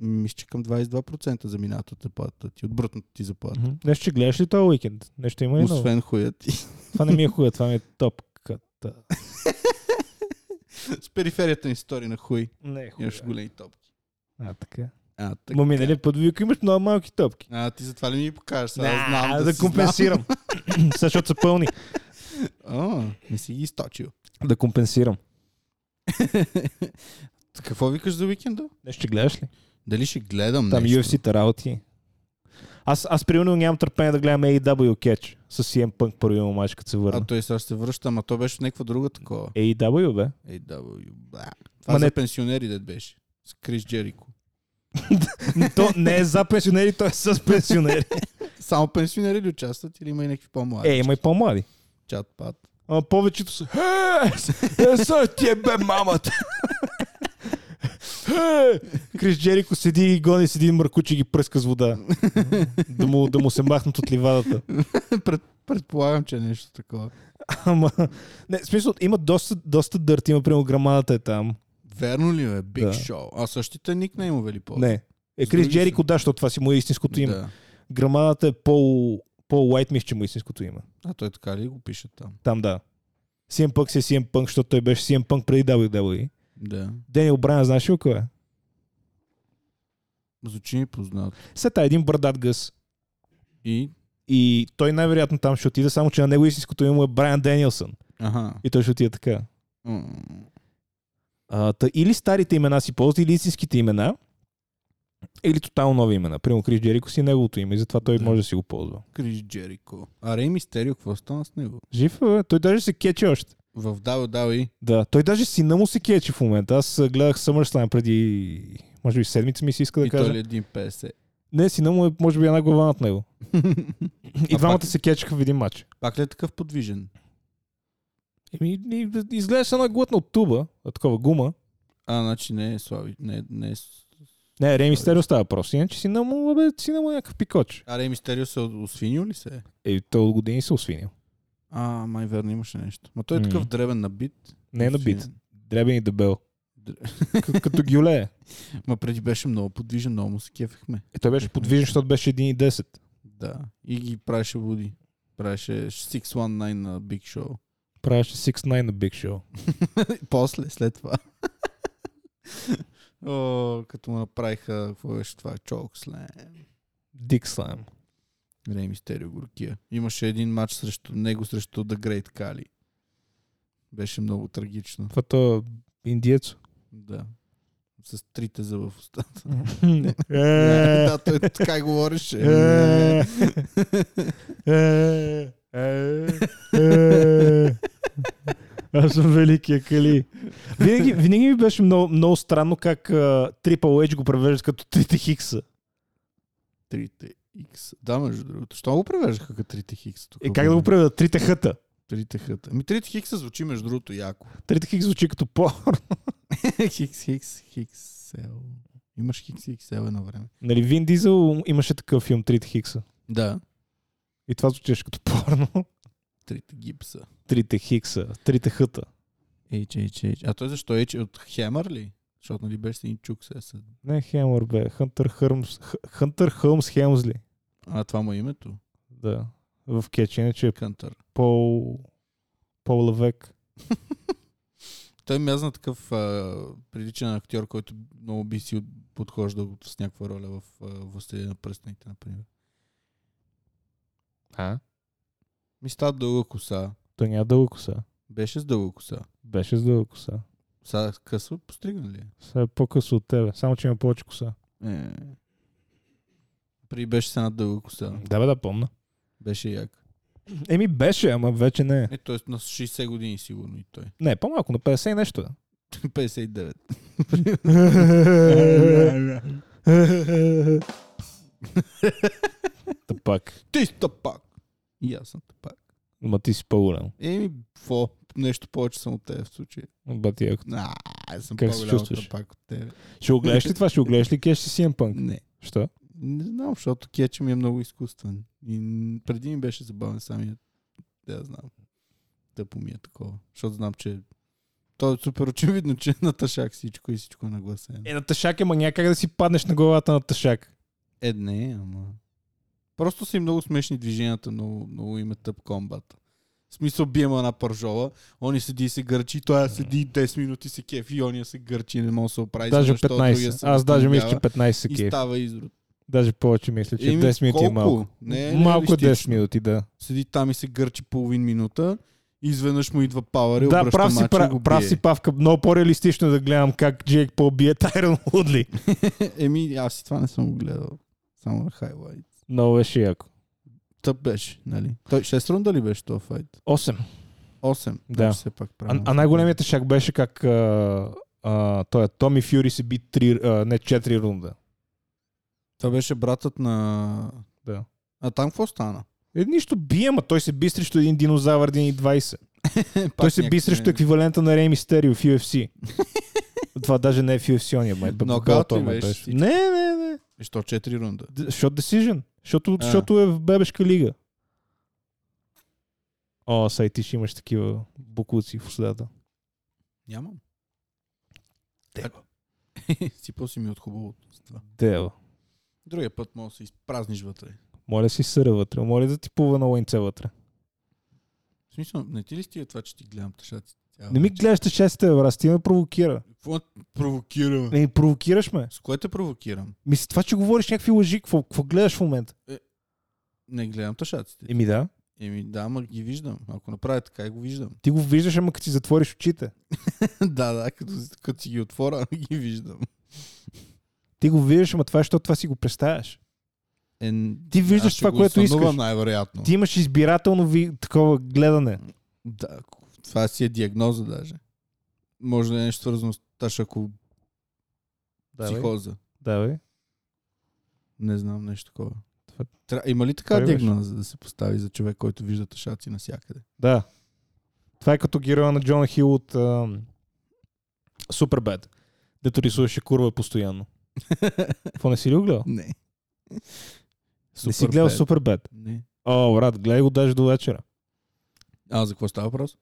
Speaker 2: Мисля, че към 22% за миналата от заплата ти, от брутната ти заплата.
Speaker 1: Мгм. Нещо, че гледаш ли този уикенд? Нещо има ли ново?
Speaker 2: Освен хуя ти.
Speaker 1: Това не ми е хубаво, това ми е топката.
Speaker 2: С периферията ни стори на хуй.
Speaker 1: Не е хубаво.
Speaker 2: Имаш големи топки.
Speaker 1: А, така.
Speaker 2: А, так...
Speaker 1: Ма миналия път ви имаш много малки топки.
Speaker 2: а, ти затова ли ми ги покажеш? Сега
Speaker 1: Да,
Speaker 2: аз знам да,
Speaker 1: да,
Speaker 2: си
Speaker 1: компенсирам. Сега, Защото са пълни.
Speaker 2: Знам. О, не си ги източил.
Speaker 1: Да компенсирам.
Speaker 2: Какво викаш за уикенда?
Speaker 1: Нещо ще гледаш ли?
Speaker 2: Дали ще гледам
Speaker 1: Там
Speaker 2: нещо?
Speaker 1: UFC-та работи. Аз, аз примерно нямам търпение да гледам AEW Catch с CM Punk първия му мач, като се
Speaker 2: А
Speaker 1: върна.
Speaker 2: той сега ще се връща, ама то беше в някаква друга такова.
Speaker 1: AEW, бе?
Speaker 2: AW, бла.
Speaker 1: Ма
Speaker 2: Това за
Speaker 1: не-
Speaker 2: пенсионери дед беше. С Крис Джерико.
Speaker 1: То не е за пенсионери, то е с пенсионери.
Speaker 2: Само пенсионери ли участват или има и някакви по-млади?
Speaker 1: Е, има и по-млади.
Speaker 2: Чат пат.
Speaker 1: А повечето са... Са ти е бе мамата! Е, Крис Джерико седи и гони с един мъркуч и ги пръска с вода. Да му, да му се махнат от ливадата.
Speaker 2: Пред, предполагам, че е нещо такова.
Speaker 1: Ама... Не, в смисъл, има доста, доста дърт. Има, примерно, грамадата е там.
Speaker 2: Верно ли е? Биг
Speaker 1: Да.
Speaker 2: Шоу. А същите никнеймове ли по?
Speaker 1: Не. Е, Крис
Speaker 2: С други са.
Speaker 1: Джерико, да, защото това си му е истинското име.
Speaker 2: Да.
Speaker 1: Грамадата е по... По-лайт мисля, че му е истинското име.
Speaker 2: А той така ли го пише там?
Speaker 1: Там, да. CM Punk си е CM Punk, защото той беше CM Punk преди WWE.
Speaker 2: Да.
Speaker 1: Дениел Брайан, знаеш ли кой е?
Speaker 2: Звучи ми познат.
Speaker 1: Сета един бърдат гъс.
Speaker 2: И...
Speaker 1: И той най-вероятно там ще отиде, само че на него истинското име му е Брайан Денилсън.
Speaker 2: Аха.
Speaker 1: И той ще отиде така.
Speaker 2: М.
Speaker 1: А, та, или старите имена си ползват, или истинските имена, или тотално нови имена. Примерно Крис Джерико си е неговото име и затова той
Speaker 2: Да.
Speaker 1: може да си го ползва.
Speaker 2: Крис Джерико. А Рей Мистерио, какво стана с него?
Speaker 1: Жив е, бе. той даже се кечи още.
Speaker 2: В WWE.
Speaker 1: Да, той даже сина му се кечи в момента. Аз а, гледах SummerSlam преди, може би седмица ми се иска да
Speaker 2: И
Speaker 1: кажа.
Speaker 2: той ли е 1,50?
Speaker 1: Не, сина му е, може би, една глава над него. и
Speaker 2: А
Speaker 1: двамата
Speaker 2: пак-
Speaker 1: се кечаха в един матч.
Speaker 2: Пак ли е такъв подвижен?
Speaker 1: Еми, и- изглеждаше една глътна от туба, а такова гума,
Speaker 2: А, значи не е слави. Не, е- не е... с-
Speaker 1: Не, Рей Мистерио става въпрос. Иначе сина му, бе, сина му е някакъв пикоч.
Speaker 2: А Рей Мистерио се от- освинил ли се?
Speaker 1: Е, той от години се освинил.
Speaker 2: А, май верно имаше нещо. Ма той е
Speaker 1: М.
Speaker 2: такъв дребен набит.
Speaker 1: Не е набит.
Speaker 2: Освинен.
Speaker 1: Дребен и дебел.
Speaker 2: Др-
Speaker 1: К- като гюле.
Speaker 2: Ма преди беше много подвижен, много му се кефихме.
Speaker 1: Е, той беше подвижен, защото беше 1,10.
Speaker 2: Да. И ги правеше Вуди. Правеше 619 на Big Show.
Speaker 1: Правеше 6-9 на Big Show.
Speaker 2: После, след това. О, като му направиха, какво беше това? Чолк слем.
Speaker 1: Дик Слайм.
Speaker 2: Рей Мистерио горкия. Имаше един матч срещу него, срещу The Great Kali. Беше много трагично.
Speaker 1: Това то индиец.
Speaker 2: Да. С трите зъба в устата.
Speaker 1: Е,
Speaker 2: да, той така и говореше.
Speaker 1: е, е, е, е. Аз съм великия кали. Винаги, винаги ми беше много, много странно как а, Triple H го превеждат като трите хикса.
Speaker 2: Трите X. Да, между другото. Що го превеждаха като трите Хикса? Тук
Speaker 1: Е, как да го преведат? Трите хъта.
Speaker 2: Трите Хикса. Ми трите Хикса звучи между другото яко.
Speaker 1: Трите хикс звучи като по.
Speaker 2: Хикс, Хикс, Хиксел. Имаш Хикс и Хиксел едно време.
Speaker 1: Нали, Вин Дизел имаше такъв филм Трите хикса.
Speaker 2: Да.
Speaker 1: И това звучеше като порно.
Speaker 2: Трите гипса.
Speaker 1: Трите хикса, трите хъта.
Speaker 2: Ейч, ейч, ейч. А той защо ейч? От Хемър ли? Защото нали беше с един чук сега. с-
Speaker 1: Не Хемър, бе. Хънтър Хърмс. Хъ- Хънтър Хълмс Хемзли.
Speaker 2: А това му е името?
Speaker 1: Да. В кетч, иначе е
Speaker 2: Кънтър.
Speaker 1: Пол... Пол Лавек.
Speaker 2: Той мязна такъв а, приличен актьор, който много би си подхождал с някаква роля в а, Властелина на пръстените, например.
Speaker 1: А?
Speaker 2: Ми става дълга коса.
Speaker 1: Той няма дълга коса.
Speaker 2: Беше с дълга коса.
Speaker 1: Беше с дълга коса.
Speaker 2: Сега късва, постригна ли? е?
Speaker 1: Сега е по-късно от тебе. Само, че има повече коса.
Speaker 2: Е. При беше с една дълга коса.
Speaker 1: Да, бе, да помна.
Speaker 2: Беше як.
Speaker 1: Еми беше, ама вече не е.
Speaker 2: Е, т.е. на 60 години сигурно и той.
Speaker 1: Не, по-малко, на 50 и нещо. е.
Speaker 2: 59.
Speaker 1: Та пак.
Speaker 2: Ти си тъпак! И аз съм тъпак.
Speaker 1: Ма ти си по-голям.
Speaker 2: Еми, фо, нещо повече съм от теб в случая.
Speaker 1: Бати, ако...
Speaker 2: А, аз съм
Speaker 1: Как се
Speaker 2: по-голям
Speaker 1: чувстваш?
Speaker 2: тъпак от теб.
Speaker 1: е. Ще го гледаш ли това? Ще го гледаш ли кеш си CM Punk?
Speaker 2: Не.
Speaker 1: Що?
Speaker 2: Не знам, защото кетча ми е много изкуствен. И н- преди ми беше забавен самият. Да, я знам. Тъпо ми е такова. Защото знам, че то е супер очевидно, че е на тъшак всичко и всичко е нагласено.
Speaker 1: Е, на тъшак е, ма някак да си паднеш на главата на тъшак.
Speaker 2: Е, не, ама... Просто са и много смешни движенията, много, много им е тъп комбат. В смисъл бием една пържола, он седи и се гърчи, той седи 10 минути се кефи, и ония се гърчи, не може да се оправи.
Speaker 1: Даже
Speaker 2: защото другия
Speaker 1: 15.
Speaker 2: се
Speaker 1: Аз даже мисля, че
Speaker 2: възстановява
Speaker 1: 15 се
Speaker 2: И
Speaker 1: кеф.
Speaker 2: става изрод.
Speaker 1: Даже повече мисля, че
Speaker 2: Еми,
Speaker 1: 10 минути е
Speaker 2: колко?
Speaker 1: малко.
Speaker 2: Не е
Speaker 1: малко е 10
Speaker 2: реалистично.
Speaker 1: минути, да.
Speaker 2: Седи там и се гърчи половин минута, и изведнъж му идва пауър и
Speaker 1: Да,
Speaker 2: обръща
Speaker 1: прав си,
Speaker 2: мача и
Speaker 1: пра,
Speaker 2: го
Speaker 1: прав
Speaker 2: бие.
Speaker 1: си Павка. Много по-реалистично е да гледам как Джейк Пол бие Тайрон Лудли.
Speaker 2: Еми, аз и това не съм го гледал. Само на хайлайт.
Speaker 1: Много беше яко.
Speaker 2: Тъп беше, нали? Той 6 рунда ли беше този файт?
Speaker 1: 8.
Speaker 2: 8.
Speaker 1: Да.
Speaker 2: Значи Все пак
Speaker 1: А,
Speaker 2: правилно.
Speaker 1: а най-големият шак беше как а, а, той е Томи Фюри се би 3, а, не 4 рунда.
Speaker 2: Това беше братът на...
Speaker 1: Да.
Speaker 2: А там какво стана?
Speaker 1: Е, нищо бие, ма той се би срещу един динозавър, един и 20. той се би срещу еквивалента на Рей Мистерио в UFC. Това даже не е в UFC, ония май.
Speaker 2: Нокаут ли
Speaker 1: май
Speaker 2: беше
Speaker 1: беше.
Speaker 2: всичко?
Speaker 1: Не, не, не.
Speaker 2: Що 4 рунда?
Speaker 1: Д- Short decision. Защото,
Speaker 2: А.
Speaker 1: защото е в бебешка лига. О, сай ти ще имаш такива букуци в устата.
Speaker 2: Нямам. Сипал си ми е от хубавото. с това.
Speaker 1: Дева.
Speaker 2: Другия път може да се изпразниш вътре.
Speaker 1: Моля си съра вътре. Моля да ти плува на лънце вътре.
Speaker 2: В смисъл, не ти ли стига това, че ти гледам тъшаците? цяла
Speaker 1: Не ми
Speaker 2: вечер?
Speaker 1: гледаш честите, брат. Ти ме провокира.
Speaker 2: Какво е провокирам?
Speaker 1: Не, Ами, провокираш ме.
Speaker 2: С кое те провокирам?
Speaker 1: Мисли, това, че говориш някакви лъжи, какво, какво гледаш в момента?
Speaker 2: Не гледам тъшаците.
Speaker 1: Еми да.
Speaker 2: Еми да, ма ги виждам. Ако направя така, и го виждам.
Speaker 1: Ти го виждаш, ама като си затвориш очите.
Speaker 2: да, да, като, като си ги отворя, ги виждам.
Speaker 1: Ти го виждаш, ама това е, защото това си го представяш.
Speaker 2: Е,
Speaker 1: Ти виждаш
Speaker 2: аз ще
Speaker 1: това,
Speaker 2: го
Speaker 1: което
Speaker 2: изсънувам
Speaker 1: искаш.
Speaker 2: най-вероятно.
Speaker 1: Ти имаш избирателно ви... такова гледане.
Speaker 2: Да, това си е диагноза даже. Може да е нещо свързано с таш, ако
Speaker 1: Да,
Speaker 2: психоза.
Speaker 1: бе.
Speaker 2: Не знам нещо такова.
Speaker 1: Това-
Speaker 2: Тра... Има ли така
Speaker 1: Това ли беше?
Speaker 2: диагноза да се постави за човек, който вижда тъшаци навсякъде?
Speaker 1: Да. Това е като героя на Джон Хил от ам, Супербед. Дето рисуваше курва постоянно. Какво не си ли го гледал?
Speaker 2: Не.
Speaker 1: не си гледал
Speaker 2: Superbad?
Speaker 1: Супербед.
Speaker 2: Не.
Speaker 1: О, брат, гледай го даже до вечера.
Speaker 2: А, за какво става въпрос?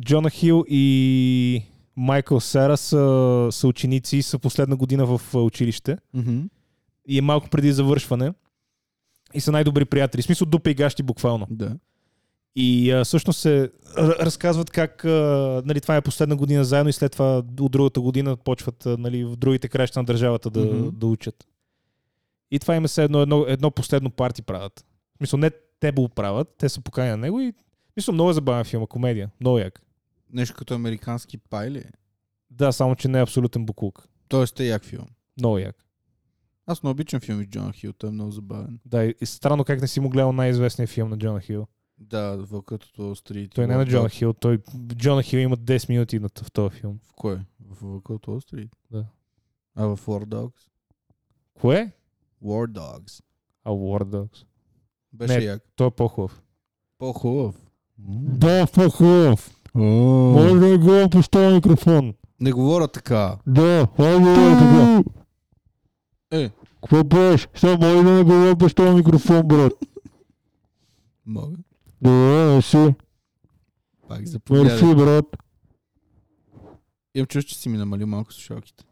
Speaker 1: Джона Хил и Майкъл Сера са, са ученици, са последна година в а, училище
Speaker 2: Mm-hmm.
Speaker 1: и е малко преди завършване. И са най-добри приятели. В смисъл дупа и гащи буквално.
Speaker 2: Да.
Speaker 1: И а, всъщност се р- разказват как а, нали, това е последна година заедно и след това от другата година почват а, нали, в другите краища на държавата да,
Speaker 2: Мгм.
Speaker 1: mm-hmm. да учат. И това има се едно, едно, едно последно парти правят. В смисъл не те го правят, те са покани на него и в смисъл много е забавен филм, комедия. Много як.
Speaker 2: Нещо като американски пай ли? е?
Speaker 1: Да, само че не е абсолютен буклук.
Speaker 2: Тоест е як филм.
Speaker 1: Много як.
Speaker 2: Аз не обичам филми с Джон Хил, той е много забавен.
Speaker 1: Да, и странно как не си му гледал най-известния филм на Джона Хил.
Speaker 2: Да, Вълкът от Уолл Стрит.
Speaker 1: Той не е на Джона Хил, той Джона Хил има 10 минути на т- в този филм.
Speaker 2: В кое? В Вълкът от Уолл Стрит?
Speaker 1: Да.
Speaker 2: А в War Dogs?
Speaker 1: Кое?
Speaker 2: War Dogs.
Speaker 1: А War Dogs.
Speaker 2: Беше
Speaker 1: Не.
Speaker 2: як.
Speaker 1: Той е по-хубав.
Speaker 2: По-хубав.
Speaker 1: Да, по-хубав. да го поставя микрофон.
Speaker 2: Не говоря така.
Speaker 1: Да, може да
Speaker 2: Е,
Speaker 1: Какво беше? Сега може да не го поставя микрофон, брат.
Speaker 2: мога.
Speaker 1: Да, не си.
Speaker 2: Пак заповядай.
Speaker 1: брат.
Speaker 2: Имам чувство, че си ми намалил малко слушалките.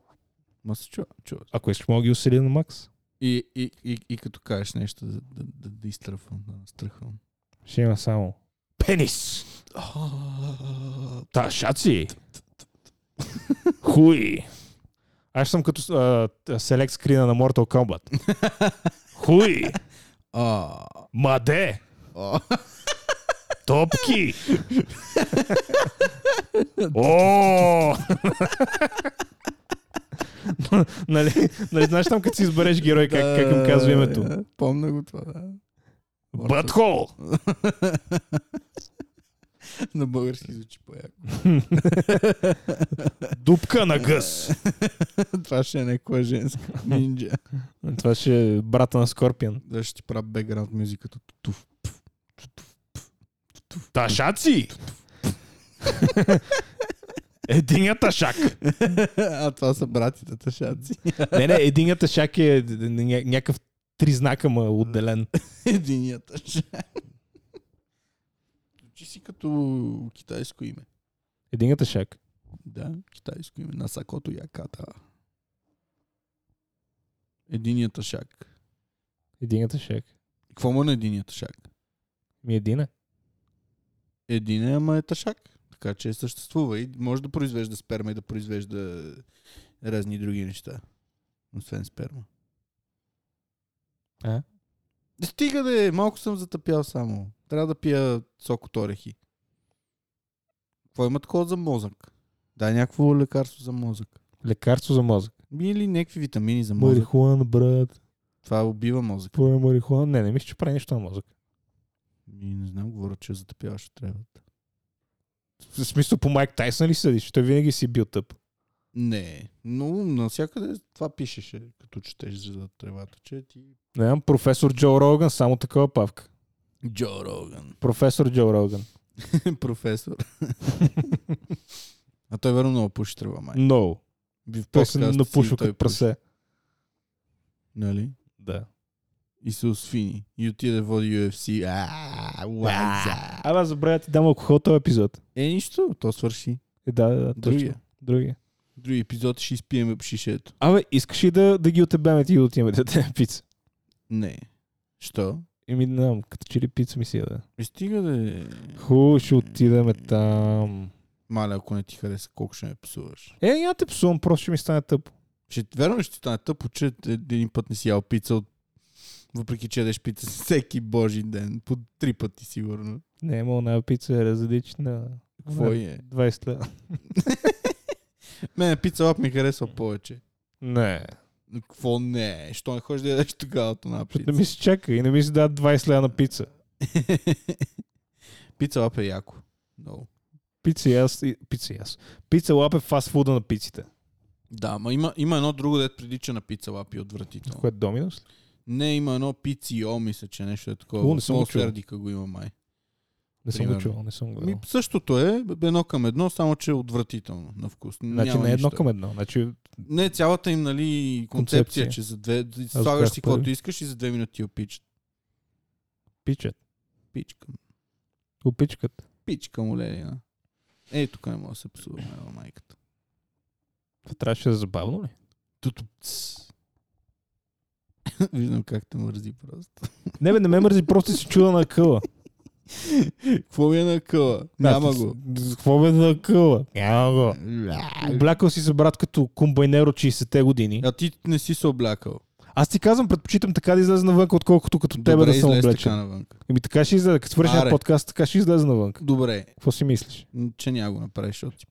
Speaker 2: Ма се чува, чува.
Speaker 1: Ако искаш, мога да ги усиля на макс.
Speaker 2: И, и, и, и като кажеш нещо, да, да, да, да изтръхвам, да настръхвам.
Speaker 1: Ще има само. Пенис! Ташаци! Хуй! Аз съм като селект скрина на Mortal Kombat. Хуй!
Speaker 2: А,
Speaker 1: Маде!
Speaker 2: а.
Speaker 1: Топки! О! нали, нали, знаеш там, като си избереш герой, как, как им казва името?
Speaker 2: Да, Помня го това, да.
Speaker 1: Бътхол!
Speaker 2: На български звучи по-яко.
Speaker 1: Дупка на гъс!
Speaker 2: това ще е някаква женска нинджа.
Speaker 1: Това ще е брата на Скорпион.
Speaker 2: Да ще ти правя бекграунд музиката. Туф.
Speaker 1: Ташаци! Единият ташак.
Speaker 2: а това са братите тъшаци.
Speaker 1: Не, не, единият ташак е ня- ня- някакъв три знака ма отделен.
Speaker 2: Единият тъшак. Звучи си като китайско име.
Speaker 1: Единият е ташак.
Speaker 2: Да, китайско име. На Сакото Яката. Единият тъшак. е
Speaker 1: Единият ташак.
Speaker 2: Какво му е на единият тъшак?
Speaker 1: Ми едина.
Speaker 2: Един е, ама е тъшак. Така че съществува и може да произвежда сперма и да произвежда разни други неща. Освен сперма.
Speaker 1: А?
Speaker 2: Стига да е, малко съм затъпял само. Трябва да пия сок от орехи. Какво има такова за мозък? Да, някакво лекарство за мозък.
Speaker 1: Лекарство за мозък.
Speaker 2: Или някакви витамини за мозък.
Speaker 1: Марихуана, брат.
Speaker 2: Това убива мозък.
Speaker 1: Поне марихуана. Не, не мисля, че прави нещо на мозък.
Speaker 2: И не знам, говоря, че затъпяваш от тревата.
Speaker 1: В смисъл по Майк Тайсън ли съдиш? Той винаги си бил тъп.
Speaker 2: Не, но навсякъде това пишеше, като четеш за тревата, че ти...
Speaker 1: Не знам, професор Джо Роган, само такава павка.
Speaker 2: Джо Роган.
Speaker 1: Професор Джо Роган.
Speaker 2: Професор. а той верно много пуши трева, май.
Speaker 1: No.
Speaker 2: Ви в
Speaker 1: Той се
Speaker 2: подкаст си
Speaker 1: напушва
Speaker 2: той
Speaker 1: като прасе.
Speaker 2: Нали?
Speaker 1: Да.
Speaker 2: И се освини. И отиде да води UFC. А, лаза.
Speaker 1: Абе, аз забравя да ти дам алкохол този епизод.
Speaker 2: Е, нищо, то свърши.
Speaker 1: Е, да, да, да. точно.
Speaker 2: Другия.
Speaker 1: Другия.
Speaker 2: Други епизод ще изпием шишето.
Speaker 1: Абе, искаш ли да, да ги отебеме ти и да отиваме да ядем пица?
Speaker 2: Не. Що?
Speaker 1: Еми, не знам, като че ли пица ми си яде.
Speaker 2: И стига да е...
Speaker 1: Хубаво, ще отидеме там.
Speaker 2: Маля, ако не ти хареса, колко ще ме псуваш.
Speaker 1: Е, няма те псувам, просто ще ми стане тъпо.
Speaker 2: Ще, верно ли ще ти стане тъпо, че е, един път не си ял пица, от... въпреки че ядеш пица всеки божи ден, по три пъти сигурно.
Speaker 1: Не, мога на пица е различна.
Speaker 2: Какво
Speaker 1: Не,
Speaker 2: е?
Speaker 1: 20 лева.
Speaker 2: Мене пица лап ми харесва повече.
Speaker 1: Не.
Speaker 2: Но Какво не? е? Що не ходиш да ядеш тогава на
Speaker 1: Защото
Speaker 2: пица?
Speaker 1: не ми се чака и не ми се дадат 20 лева на пица.
Speaker 2: пица лап е яко. Много.
Speaker 1: Пица и аз. и- Пица и аз. Пица лап е фастфуда на пиците.
Speaker 2: Да, ма има, има едно друго, дет прилича на пица лап и отвратително.
Speaker 1: Кое е Доминос? ли?
Speaker 2: Не, има едно пицио, мисля, че нещо е такова.
Speaker 1: О, не съм
Speaker 2: В
Speaker 1: го чул.
Speaker 2: Сердика го има май.
Speaker 1: Не съм го
Speaker 2: Примерно.
Speaker 1: чувал, не съм го
Speaker 2: Ми,
Speaker 1: гледал.
Speaker 2: същото е, едно към едно, само че е отвратително на вкус.
Speaker 1: Значи
Speaker 2: Няма
Speaker 1: не е едно
Speaker 2: нищо.
Speaker 1: към едно. Значи
Speaker 2: Не, цялата им, нали, концепция,
Speaker 1: Концепция.
Speaker 2: че за две...
Speaker 1: Аз
Speaker 2: Слагаш
Speaker 1: бях
Speaker 2: си каквото
Speaker 1: първи.
Speaker 2: искаш и за две минути я пич,
Speaker 1: пичат.
Speaker 2: пичкам.
Speaker 1: Опичкат.
Speaker 2: Пичкам, олелина. Е, тук не мога да се псува моя майката.
Speaker 1: Това трябваше да е забавно ли?
Speaker 2: Туто. ц. Виждам как те мързи просто.
Speaker 1: Не бе, не ме мързи, просто си чуда на къла.
Speaker 2: Какво ми е на къла? Няма го.
Speaker 1: Какво бе на къла? Няма го. Облякал си се брат като комбайнер от 60-те години.
Speaker 2: А ти не си се облякал.
Speaker 1: Аз ти казвам, предпочитам така да излезе навън, отколкото като тебе
Speaker 2: Добре,
Speaker 1: да съм
Speaker 2: излез
Speaker 1: облечен.
Speaker 2: така навънка.
Speaker 1: Еми така ще излезе. Като свърши
Speaker 2: Аре.
Speaker 1: на подкаст, така ще излезе навън.
Speaker 2: Добре,
Speaker 1: Какво си мислиш?
Speaker 2: м, че няма го направиш. Защото... си-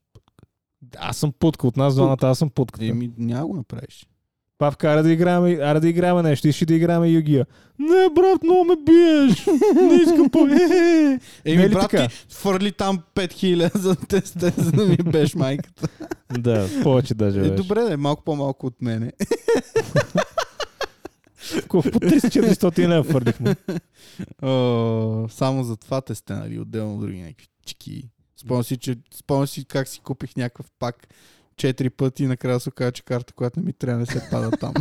Speaker 1: Аз съм путка от нас двамата, аз съм путка.
Speaker 2: Еми, няма го направиш.
Speaker 1: Павка, аре да играем, аре да играем нещо, и ще да играем югия. Не, брат, много ме биеш. Не искам по... Е,
Speaker 2: Еми,
Speaker 1: е ли
Speaker 2: брат,
Speaker 1: така?
Speaker 2: ти фърли там 5000 за теста, за да ми беше майката.
Speaker 1: Да, повече даже.
Speaker 2: Е,
Speaker 1: беше.
Speaker 2: добре, да е малко по-малко от мене.
Speaker 1: По 300-400 лева фърлихме.
Speaker 2: О, само за това те сте, нали, отделно други някакви чики. Спомням си, че, спомням си как си купих някакъв пак четири пъти и накрая се оказа, че карта, която не ми трябва не се пада там.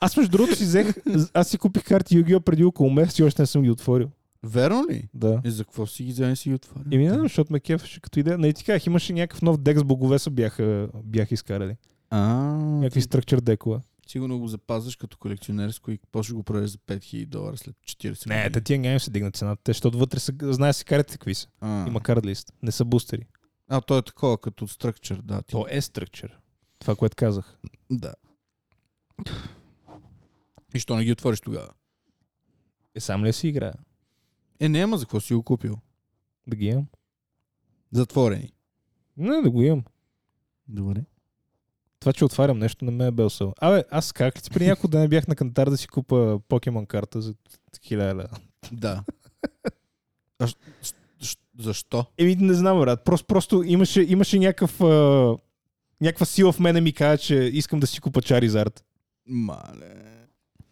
Speaker 1: Аз между другото си взех, аз си купих карти Югио преди около месец и още не съм ги отворил.
Speaker 2: Верно ли?
Speaker 1: Да.
Speaker 2: Е, за какво си ги вземе си ги отваря?
Speaker 1: Еми, Ами не знам, защото ме кефеше като идея. Не ти казах, имаше някакъв нов дек с богове са бяха, бяха изкарали.
Speaker 2: А,
Speaker 1: Някакви стръкчер декова.
Speaker 2: сигурно го запазваш като колекционерско и после го продадеш за 5000 долара след 40
Speaker 1: Не,
Speaker 2: години.
Speaker 1: те тия няма им се дигна цената. Те, защото вътре са, знае си карите какви са.
Speaker 2: а,
Speaker 1: Има кард лист. Не са бустери.
Speaker 2: а, то е такова, като стръкчер, да. Ти...
Speaker 1: То е стръкчер. Това, което казах.
Speaker 2: Да. И що не ги отвориш тогава?
Speaker 1: Е, сам ли я си играя?
Speaker 2: Е, няма за какво си го купил.
Speaker 1: Да ги имам?
Speaker 2: Затворени.
Speaker 1: Не, да го имам.
Speaker 2: Добре.
Speaker 1: Това, че отварям нещо, не ме е бел съл. Абе, аз как ли ти при няколко ден бях на кантар да си купа покемон карта за 1000 лева?
Speaker 2: Да. А, щ- щ- защо?
Speaker 1: Еми, не знам, брат. Просто, просто имаше, имаше някакъв... А... Някаква сила в мене ми каза, че искам да си купа Charizard.
Speaker 2: Мале.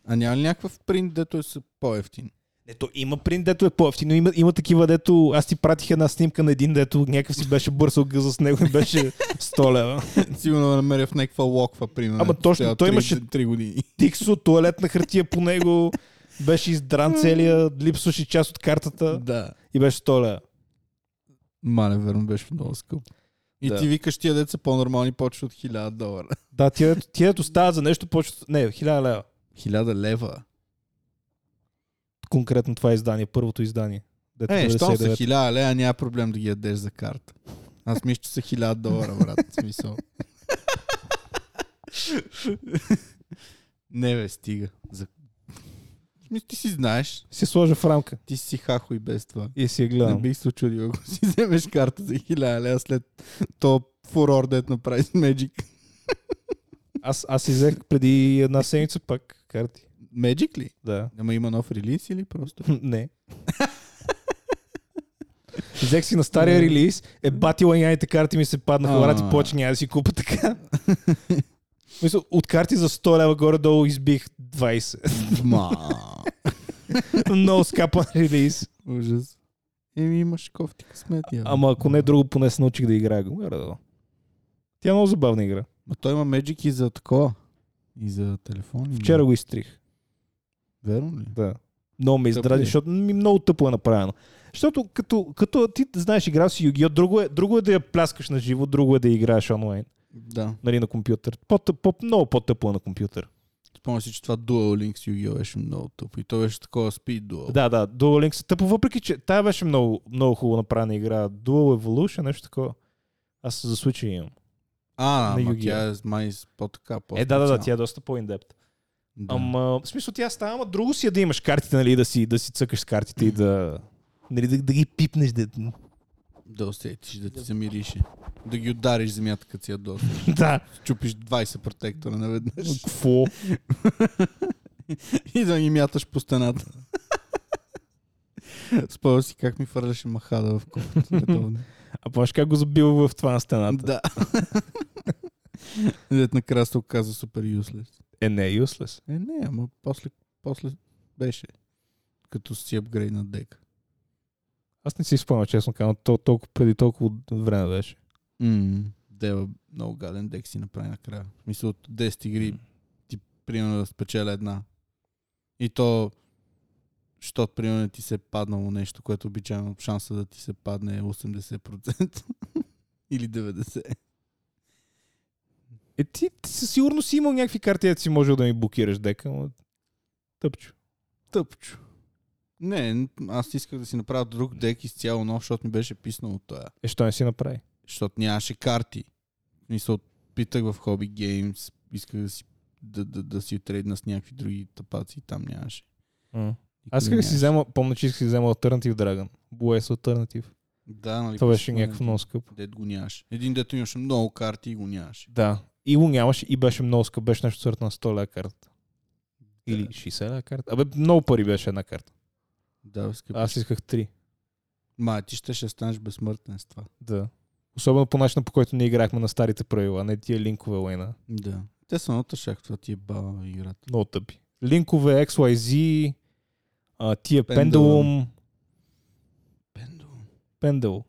Speaker 2: А няма ли някакъв принт, дето е с- по-ефтин?
Speaker 1: Не, то има принт, дето е по но има, има такива, дето аз ти пратих една снимка на един, дето някакъв си беше бърсал гъза с него и беше 100 лева.
Speaker 2: Сигурно намеря в някаква локва, примерно.
Speaker 1: Ама точно,
Speaker 2: Тя
Speaker 1: той
Speaker 2: три-
Speaker 1: имаше-
Speaker 2: Три години.
Speaker 1: Тиксо, туалетна хартия по него, беше издран целия, липсваше част от картата
Speaker 2: Да.
Speaker 1: и беше 100 лева.
Speaker 2: Мале, верно, беше много скъп. И
Speaker 1: Да.
Speaker 2: ти викаш, тия деца по-нормални почва от 1000 долара.
Speaker 1: Да, тия, дето- тия дето стават за нещо повече... Не, 1000 лева.
Speaker 2: 1000 лева.
Speaker 1: Конкретно това издание, първото издание. дето
Speaker 2: Е, щом са
Speaker 1: 99.
Speaker 2: хиляда лея, няма проблем да ги ядеш за карта. Аз мисля, че са хиляда долара, брат. в Смисъл. Не, бе, стига. За... В смисъл, ти си знаеш,
Speaker 1: Си сложа в рамка
Speaker 2: ти си хахо и без това.
Speaker 1: и си я
Speaker 2: Не
Speaker 1: гледам.
Speaker 2: бих се очудил, ако си вземеш карта за хиляда лея след то фурор, дет направи с Magic.
Speaker 1: Аз, аз си взех преди една седмица пак карти.
Speaker 2: Magic ли?
Speaker 1: Да.
Speaker 2: Ама има нов релиз или просто?
Speaker 1: Не. Взех си на стария релиз, е батила яйните карти ми се паднаха,
Speaker 2: А.
Speaker 1: брат, и повече няма да си купа така. Мисля, от карти за 100 лева горе-долу избих 20.
Speaker 2: Ма.
Speaker 1: Много скапан релиз.
Speaker 2: Ужас. Еми имаш кофти късмет. я.
Speaker 1: Ама ако не друго, поне се научих да играя го. горе-долу. Тя е много забавна игра.
Speaker 2: Ма той има Magic и за такова. И за телефон.
Speaker 1: Вчера го изтрих.
Speaker 2: Верно ли?
Speaker 1: Да. Много ме
Speaker 2: Тъпо
Speaker 1: издрази,
Speaker 2: ли?
Speaker 1: защото ми много тъпо е направено. Защото като, като ти знаеш, играл си Югио, друго е, друго е да я пляскаш на живо, друго е да я играеш онлайн.
Speaker 2: Да.
Speaker 1: нали, на компютър. По, по, много по-тъпо е на компютър.
Speaker 2: Спомням си, че това Dual Links Yu-Gi-Oh беше много тъпо. И то беше такова Speed Duel.
Speaker 1: Да, да, Dual Links е тъпо, въпреки че тая беше много, много хубаво направена игра. Dual Evolution, нещо такова. Аз за случай имам.
Speaker 2: А,
Speaker 1: На
Speaker 2: ама
Speaker 1: Yu-Gi-Oh.
Speaker 2: тя е май с- по-така. по
Speaker 1: Е, да, да, да, тя е доста по-индепт.
Speaker 2: Да.
Speaker 1: Ама, в смисъл тя става, ама друго си е да имаш картите, нали, да си, да си цъкаш с картите и да, нали, да, да ги пипнеш. Да,
Speaker 2: Да усетиш, да ти замирише. Да ги удариш земята, като си я досваш.
Speaker 1: да.
Speaker 2: Чупиш 20 протектора наведнъж.
Speaker 1: Какво?
Speaker 2: и да ги мяташ по стената. Спомням си как ми фърляше махада в кухнята.
Speaker 1: А помниш как го забива в това на стената?
Speaker 2: да. Дет накрая се оказа супер юслес.
Speaker 1: Е, не, е useless.
Speaker 2: Е, не, ама после, после беше. Като си апгрейд на дека.
Speaker 1: Аз не си спомням, честно казвам, то, толкова преди толкова време беше.
Speaker 2: Mm. Дева, много гаден дек си направи накрая. В смисъл, от 10 игри ти примерно да спечеля една. И то, защото примерно не ти се е паднало нещо, което обичайно шанса да ти се падне е 80% или 90%.
Speaker 1: Е, ти, ти със сигурност си имал някакви карти, дето си можел да ми блокираш дека, но... Тъпчо.
Speaker 2: Тъпчо. Не, н- аз исках да си направя друг дек изцяло нов, защото ми беше писнало това.
Speaker 1: Е, що не си направи?
Speaker 2: защото нямаше карти. Мисъл, питах в Hobby Games, исках да си, да, да, да си трейдна с някакви други тапаци и там нямаше.
Speaker 1: Аз исках да си
Speaker 2: Нямаше.
Speaker 1: взема, помня, че исках да си взема Alternative Dragon. Блуес Alternative.
Speaker 2: Да, нали?
Speaker 1: Това беше
Speaker 2: какво
Speaker 1: някакво много скъпо.
Speaker 2: Дед го нямаше. Един дето имаше много карти и го нямаше.
Speaker 1: Да. И го нямаше и беше много скъп. Беше нещо сорт на 100 ля карта. Или
Speaker 2: Да.
Speaker 1: 60 ля карта. Абе, много пари беше една карта.
Speaker 2: Да, бе, скъпи.
Speaker 1: Аз исках 3.
Speaker 2: Ма, ти ще, ще станеш безсмъртен с това.
Speaker 1: Да. Особено по начина, по който ние играхме на старите правила, не тия линкове лейна.
Speaker 2: Да. Те са нота шах, това ти е баба играта.
Speaker 1: Много тъпи. Линкове, XYZ, а, тия
Speaker 2: Pendulum.
Speaker 1: Pendulum.
Speaker 2: Пендо.
Speaker 1: Pendulum.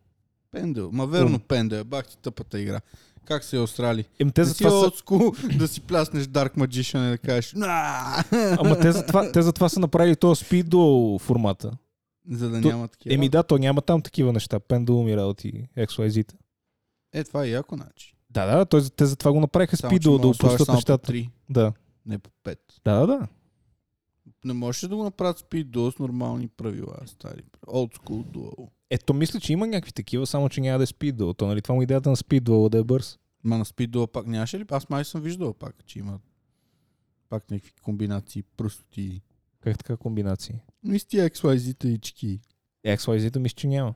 Speaker 2: Пендо. Ма верно,
Speaker 1: Ум.
Speaker 2: пендо е. Бах ти тъпата игра. Как се е Австрали?
Speaker 1: Ем, те
Speaker 2: Те
Speaker 1: за
Speaker 2: за
Speaker 1: това са...
Speaker 2: да си пляснеш Dark Magician и да кажеш «Наааа!»
Speaker 1: Ама те затова, те затова са направили този speed до формата.
Speaker 2: За да
Speaker 1: То-
Speaker 2: няма такива.
Speaker 1: Еми да, то няма там такива неща. Pendulum и работи, XYZ.
Speaker 2: Е, това е яко начин.
Speaker 1: Да, да, той, те затова го направиха
Speaker 2: Само, че
Speaker 1: speed до Е, да
Speaker 2: мога слагаш
Speaker 1: опустят
Speaker 2: само
Speaker 1: нещата.
Speaker 2: По 3,
Speaker 1: Да.
Speaker 2: не по 5.
Speaker 1: Да, да, да.
Speaker 2: Не можеш ли да го направят speed до с нормални правила, стари. Old school duel.
Speaker 1: Ето, мисля, че има някакви такива, само че няма да е speed duel. То, нали, това му е идеята на speed duel да е бърз.
Speaker 2: Ма на speed duel пак нямаше ли? Аз май съм виждал пак, че има пак някакви комбинации, простоти.
Speaker 1: Как така комбинации? Е,
Speaker 2: Но и с тия XYZ таички.
Speaker 1: XYZ мисля, че няма.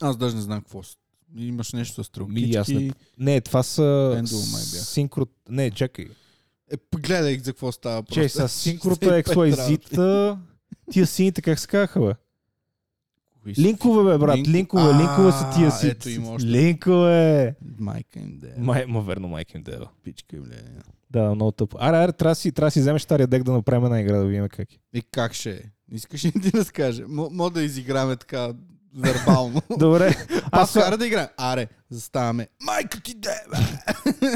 Speaker 2: Аз даже не знам какво са. Имаш нещо с
Speaker 1: Ми, аз
Speaker 2: стрелкички.
Speaker 1: Не, това са...
Speaker 2: Pendulum май бяха.
Speaker 1: Синкро... Не, чакай.
Speaker 2: Е, гледай за какво става просто.
Speaker 1: Чей, са синкрота, XYZ-та... Тия сините как се казаха, бе? Линкове, бе, брат.
Speaker 2: Линк-
Speaker 1: Линкове, линкове са тия
Speaker 2: А,
Speaker 1: си.
Speaker 2: ето има още.
Speaker 1: Линкове.
Speaker 2: Майка им да е.
Speaker 1: Май, ма верно, майка им дева.
Speaker 2: Пичка им да е.
Speaker 1: Да, много тъпо. Аре, аре, трябва да си, трябва да си вземеш стария дек да направим една игра, да видим как е.
Speaker 2: И как ще е? Искаш ли ти разкажа? М- мога да изиграме така вербално.
Speaker 1: Добре,
Speaker 2: Аз
Speaker 1: аз,
Speaker 2: кара да играем. Аре, заставаме. Майка ти де, бе!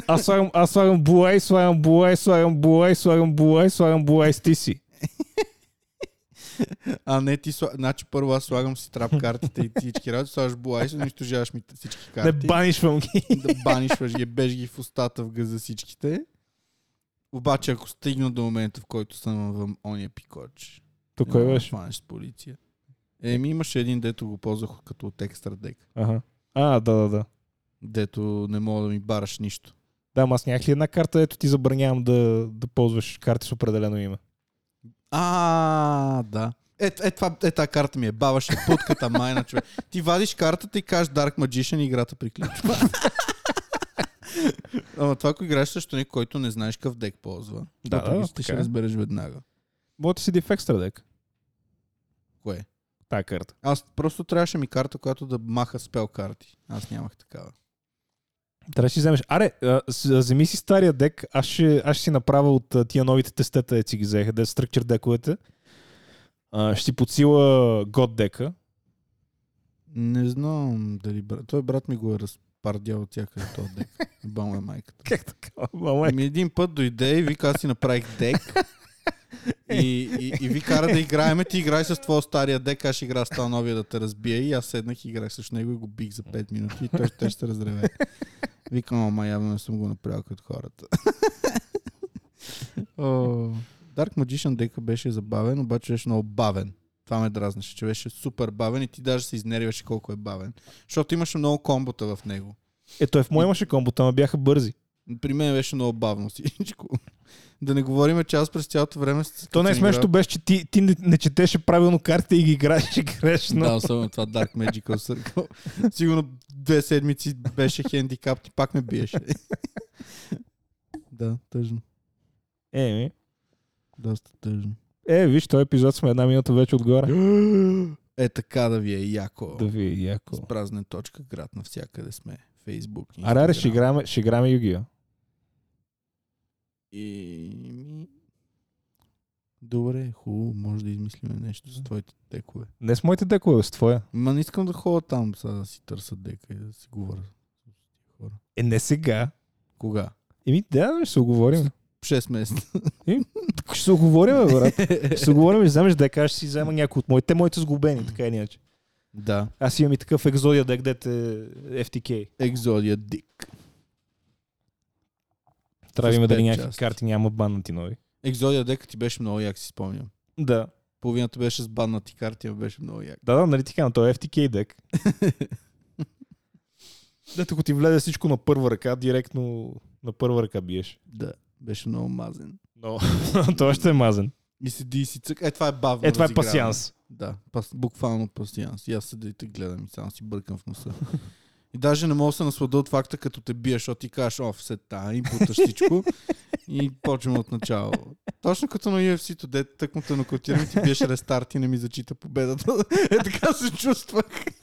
Speaker 1: аз слагам, аз слагам булай, слагам булай, слагам булай, слагам булай, слагам булай с ти си.
Speaker 2: А не, ти сла... Значи първо аз слагам си трап картите и всички работи, слагаш була и се унищожаваш ми всички
Speaker 1: Не
Speaker 2: карти.
Speaker 1: банишвам ги.
Speaker 2: да банишваш ги, беж ги в устата, в газа всичките. Обаче, ако стигна до момента, в който съм в ония пикоч,
Speaker 1: Тук кой
Speaker 2: няма да
Speaker 1: беше?
Speaker 2: хванеш с полиция. Еми имаше един, дето го ползвах като от екстра дек.
Speaker 1: Аха. А, да, да, да.
Speaker 2: Дето не мога да ми бараш нищо.
Speaker 1: Да, ама аз нямах ли една карта, ето ти забранявам да, да ползваш карти с определено име.
Speaker 2: А, да. Е, е, това, е, тази карта ми е баваше путката майна, човек. Ти вадиш картата и кажеш Dark Magician и играта приключва. Ама това, ако играеш също някой, който не знаеш какъв дек ползва,
Speaker 1: Да,
Speaker 2: въпреки
Speaker 1: да,
Speaker 2: че ти ще
Speaker 1: така е.
Speaker 2: разбереш веднага.
Speaker 1: Мога да си в екстра дек.
Speaker 2: Кое? е.
Speaker 1: Та карта.
Speaker 2: Аз просто трябваше ми карта, която да маха спел карти. Аз нямах такава.
Speaker 1: Трябва да си вземеш. Аре, а, с- вземи си стария дек, аз ще, аз ще си направя от а, тия новите тестета, де си ги взеха, де стръкчер дековете. А, ще си подсила год дека.
Speaker 2: Не знам дали брат. Той брат ми го е разпардял от всякъде този дек. Бама е майката.
Speaker 1: Как така? Мама,
Speaker 2: Ами един път дойде и вика, аз си направих дек. И, и, и ви кара да играеме, ти играй с твоя стария дек, аз ще игра с това новия да те разбие. И аз седнах и играх с него и го бих за 5 минути и той ще ще се разреве. Викам, ама явно не съм го направил като хората. О, Dark Magician дека беше забавен, обаче беше много бавен. Това ме дразнеше, че беше супер бавен и ти даже се изнервяше колко е бавен. Защото имаше много комбота в него.
Speaker 1: Е, той в моя имаше комбота, ама бяха бързи.
Speaker 2: При мен беше много бавно всичко. да не говорим, че аз през цялото време... с-
Speaker 1: То е
Speaker 2: като съм
Speaker 1: най-смешното беше, че ти, ти не, не четеше правилно картите и ги играеше
Speaker 2: играл-
Speaker 1: грешно.
Speaker 2: Да, особено това Dark Magical Circle. Сигурно две седмици беше хендикап, ти пак ме биеше. да, тъжно.
Speaker 1: Еми.
Speaker 2: Доста тъжно.
Speaker 1: Е, виж, този епизод сме една минута вече отгоре.
Speaker 2: Е така да ви е яко.
Speaker 1: Да ви е яко.
Speaker 2: С празна точка, град навсякъде сме. Фейсбук,
Speaker 1: Аре, аре, ще
Speaker 2: Instagram.
Speaker 1: играме, ще играме Югио.
Speaker 2: И... ми- Добре, хубаво, може да измислиме нещо с твоите текове.
Speaker 1: Не с моите декове, с твоя.
Speaker 2: Ма не искам да ходя там, сега да си търся дека и да си говоря. с тия хора.
Speaker 1: Е, не сега.
Speaker 2: Кога?
Speaker 1: Еми, да, ще се оговорим.
Speaker 2: 6 месеца.
Speaker 1: Ще се оговорим, бе, брат. Ще се оговорим и вземеш дека, ще си взема някой от моите. Те моите са сгубени, така или иначе.
Speaker 2: Да.
Speaker 1: Аз имам и такъв екзодия дек, дете FTK.
Speaker 2: Екзодия Дик.
Speaker 1: Трябва да има
Speaker 2: С пет
Speaker 1: дали някакви
Speaker 2: части.
Speaker 1: карти, няма баннати нови.
Speaker 2: Екзодия дека ти беше много як, си спомням.
Speaker 1: Да.
Speaker 2: Половината беше с баннати карти, а беше много як.
Speaker 1: Да, да, нали ти казвам, той е FTK дек. Дето ако ти влезе всичко на първа ръка, директно на първа ръка биеш.
Speaker 2: Да. Беше много мазен.
Speaker 1: Но той още е мазен.
Speaker 2: И седи и си цък. Е, това е бавно.
Speaker 1: Е, това е
Speaker 2: разиграване.
Speaker 1: пасианс.
Speaker 2: Да, пас, буквално пасианс. И аз седя и те гледам и само си бъркам в носа. И даже не мога да се насладя от факта, като те биеш, защото ти кажеш, о, все та, и буташ всичко. и почваме от начало. Точно като на UFC-то, дете тъкмо те нокаутирам и ти биеш рестарт и не ми зачита победата. е така се чувствах.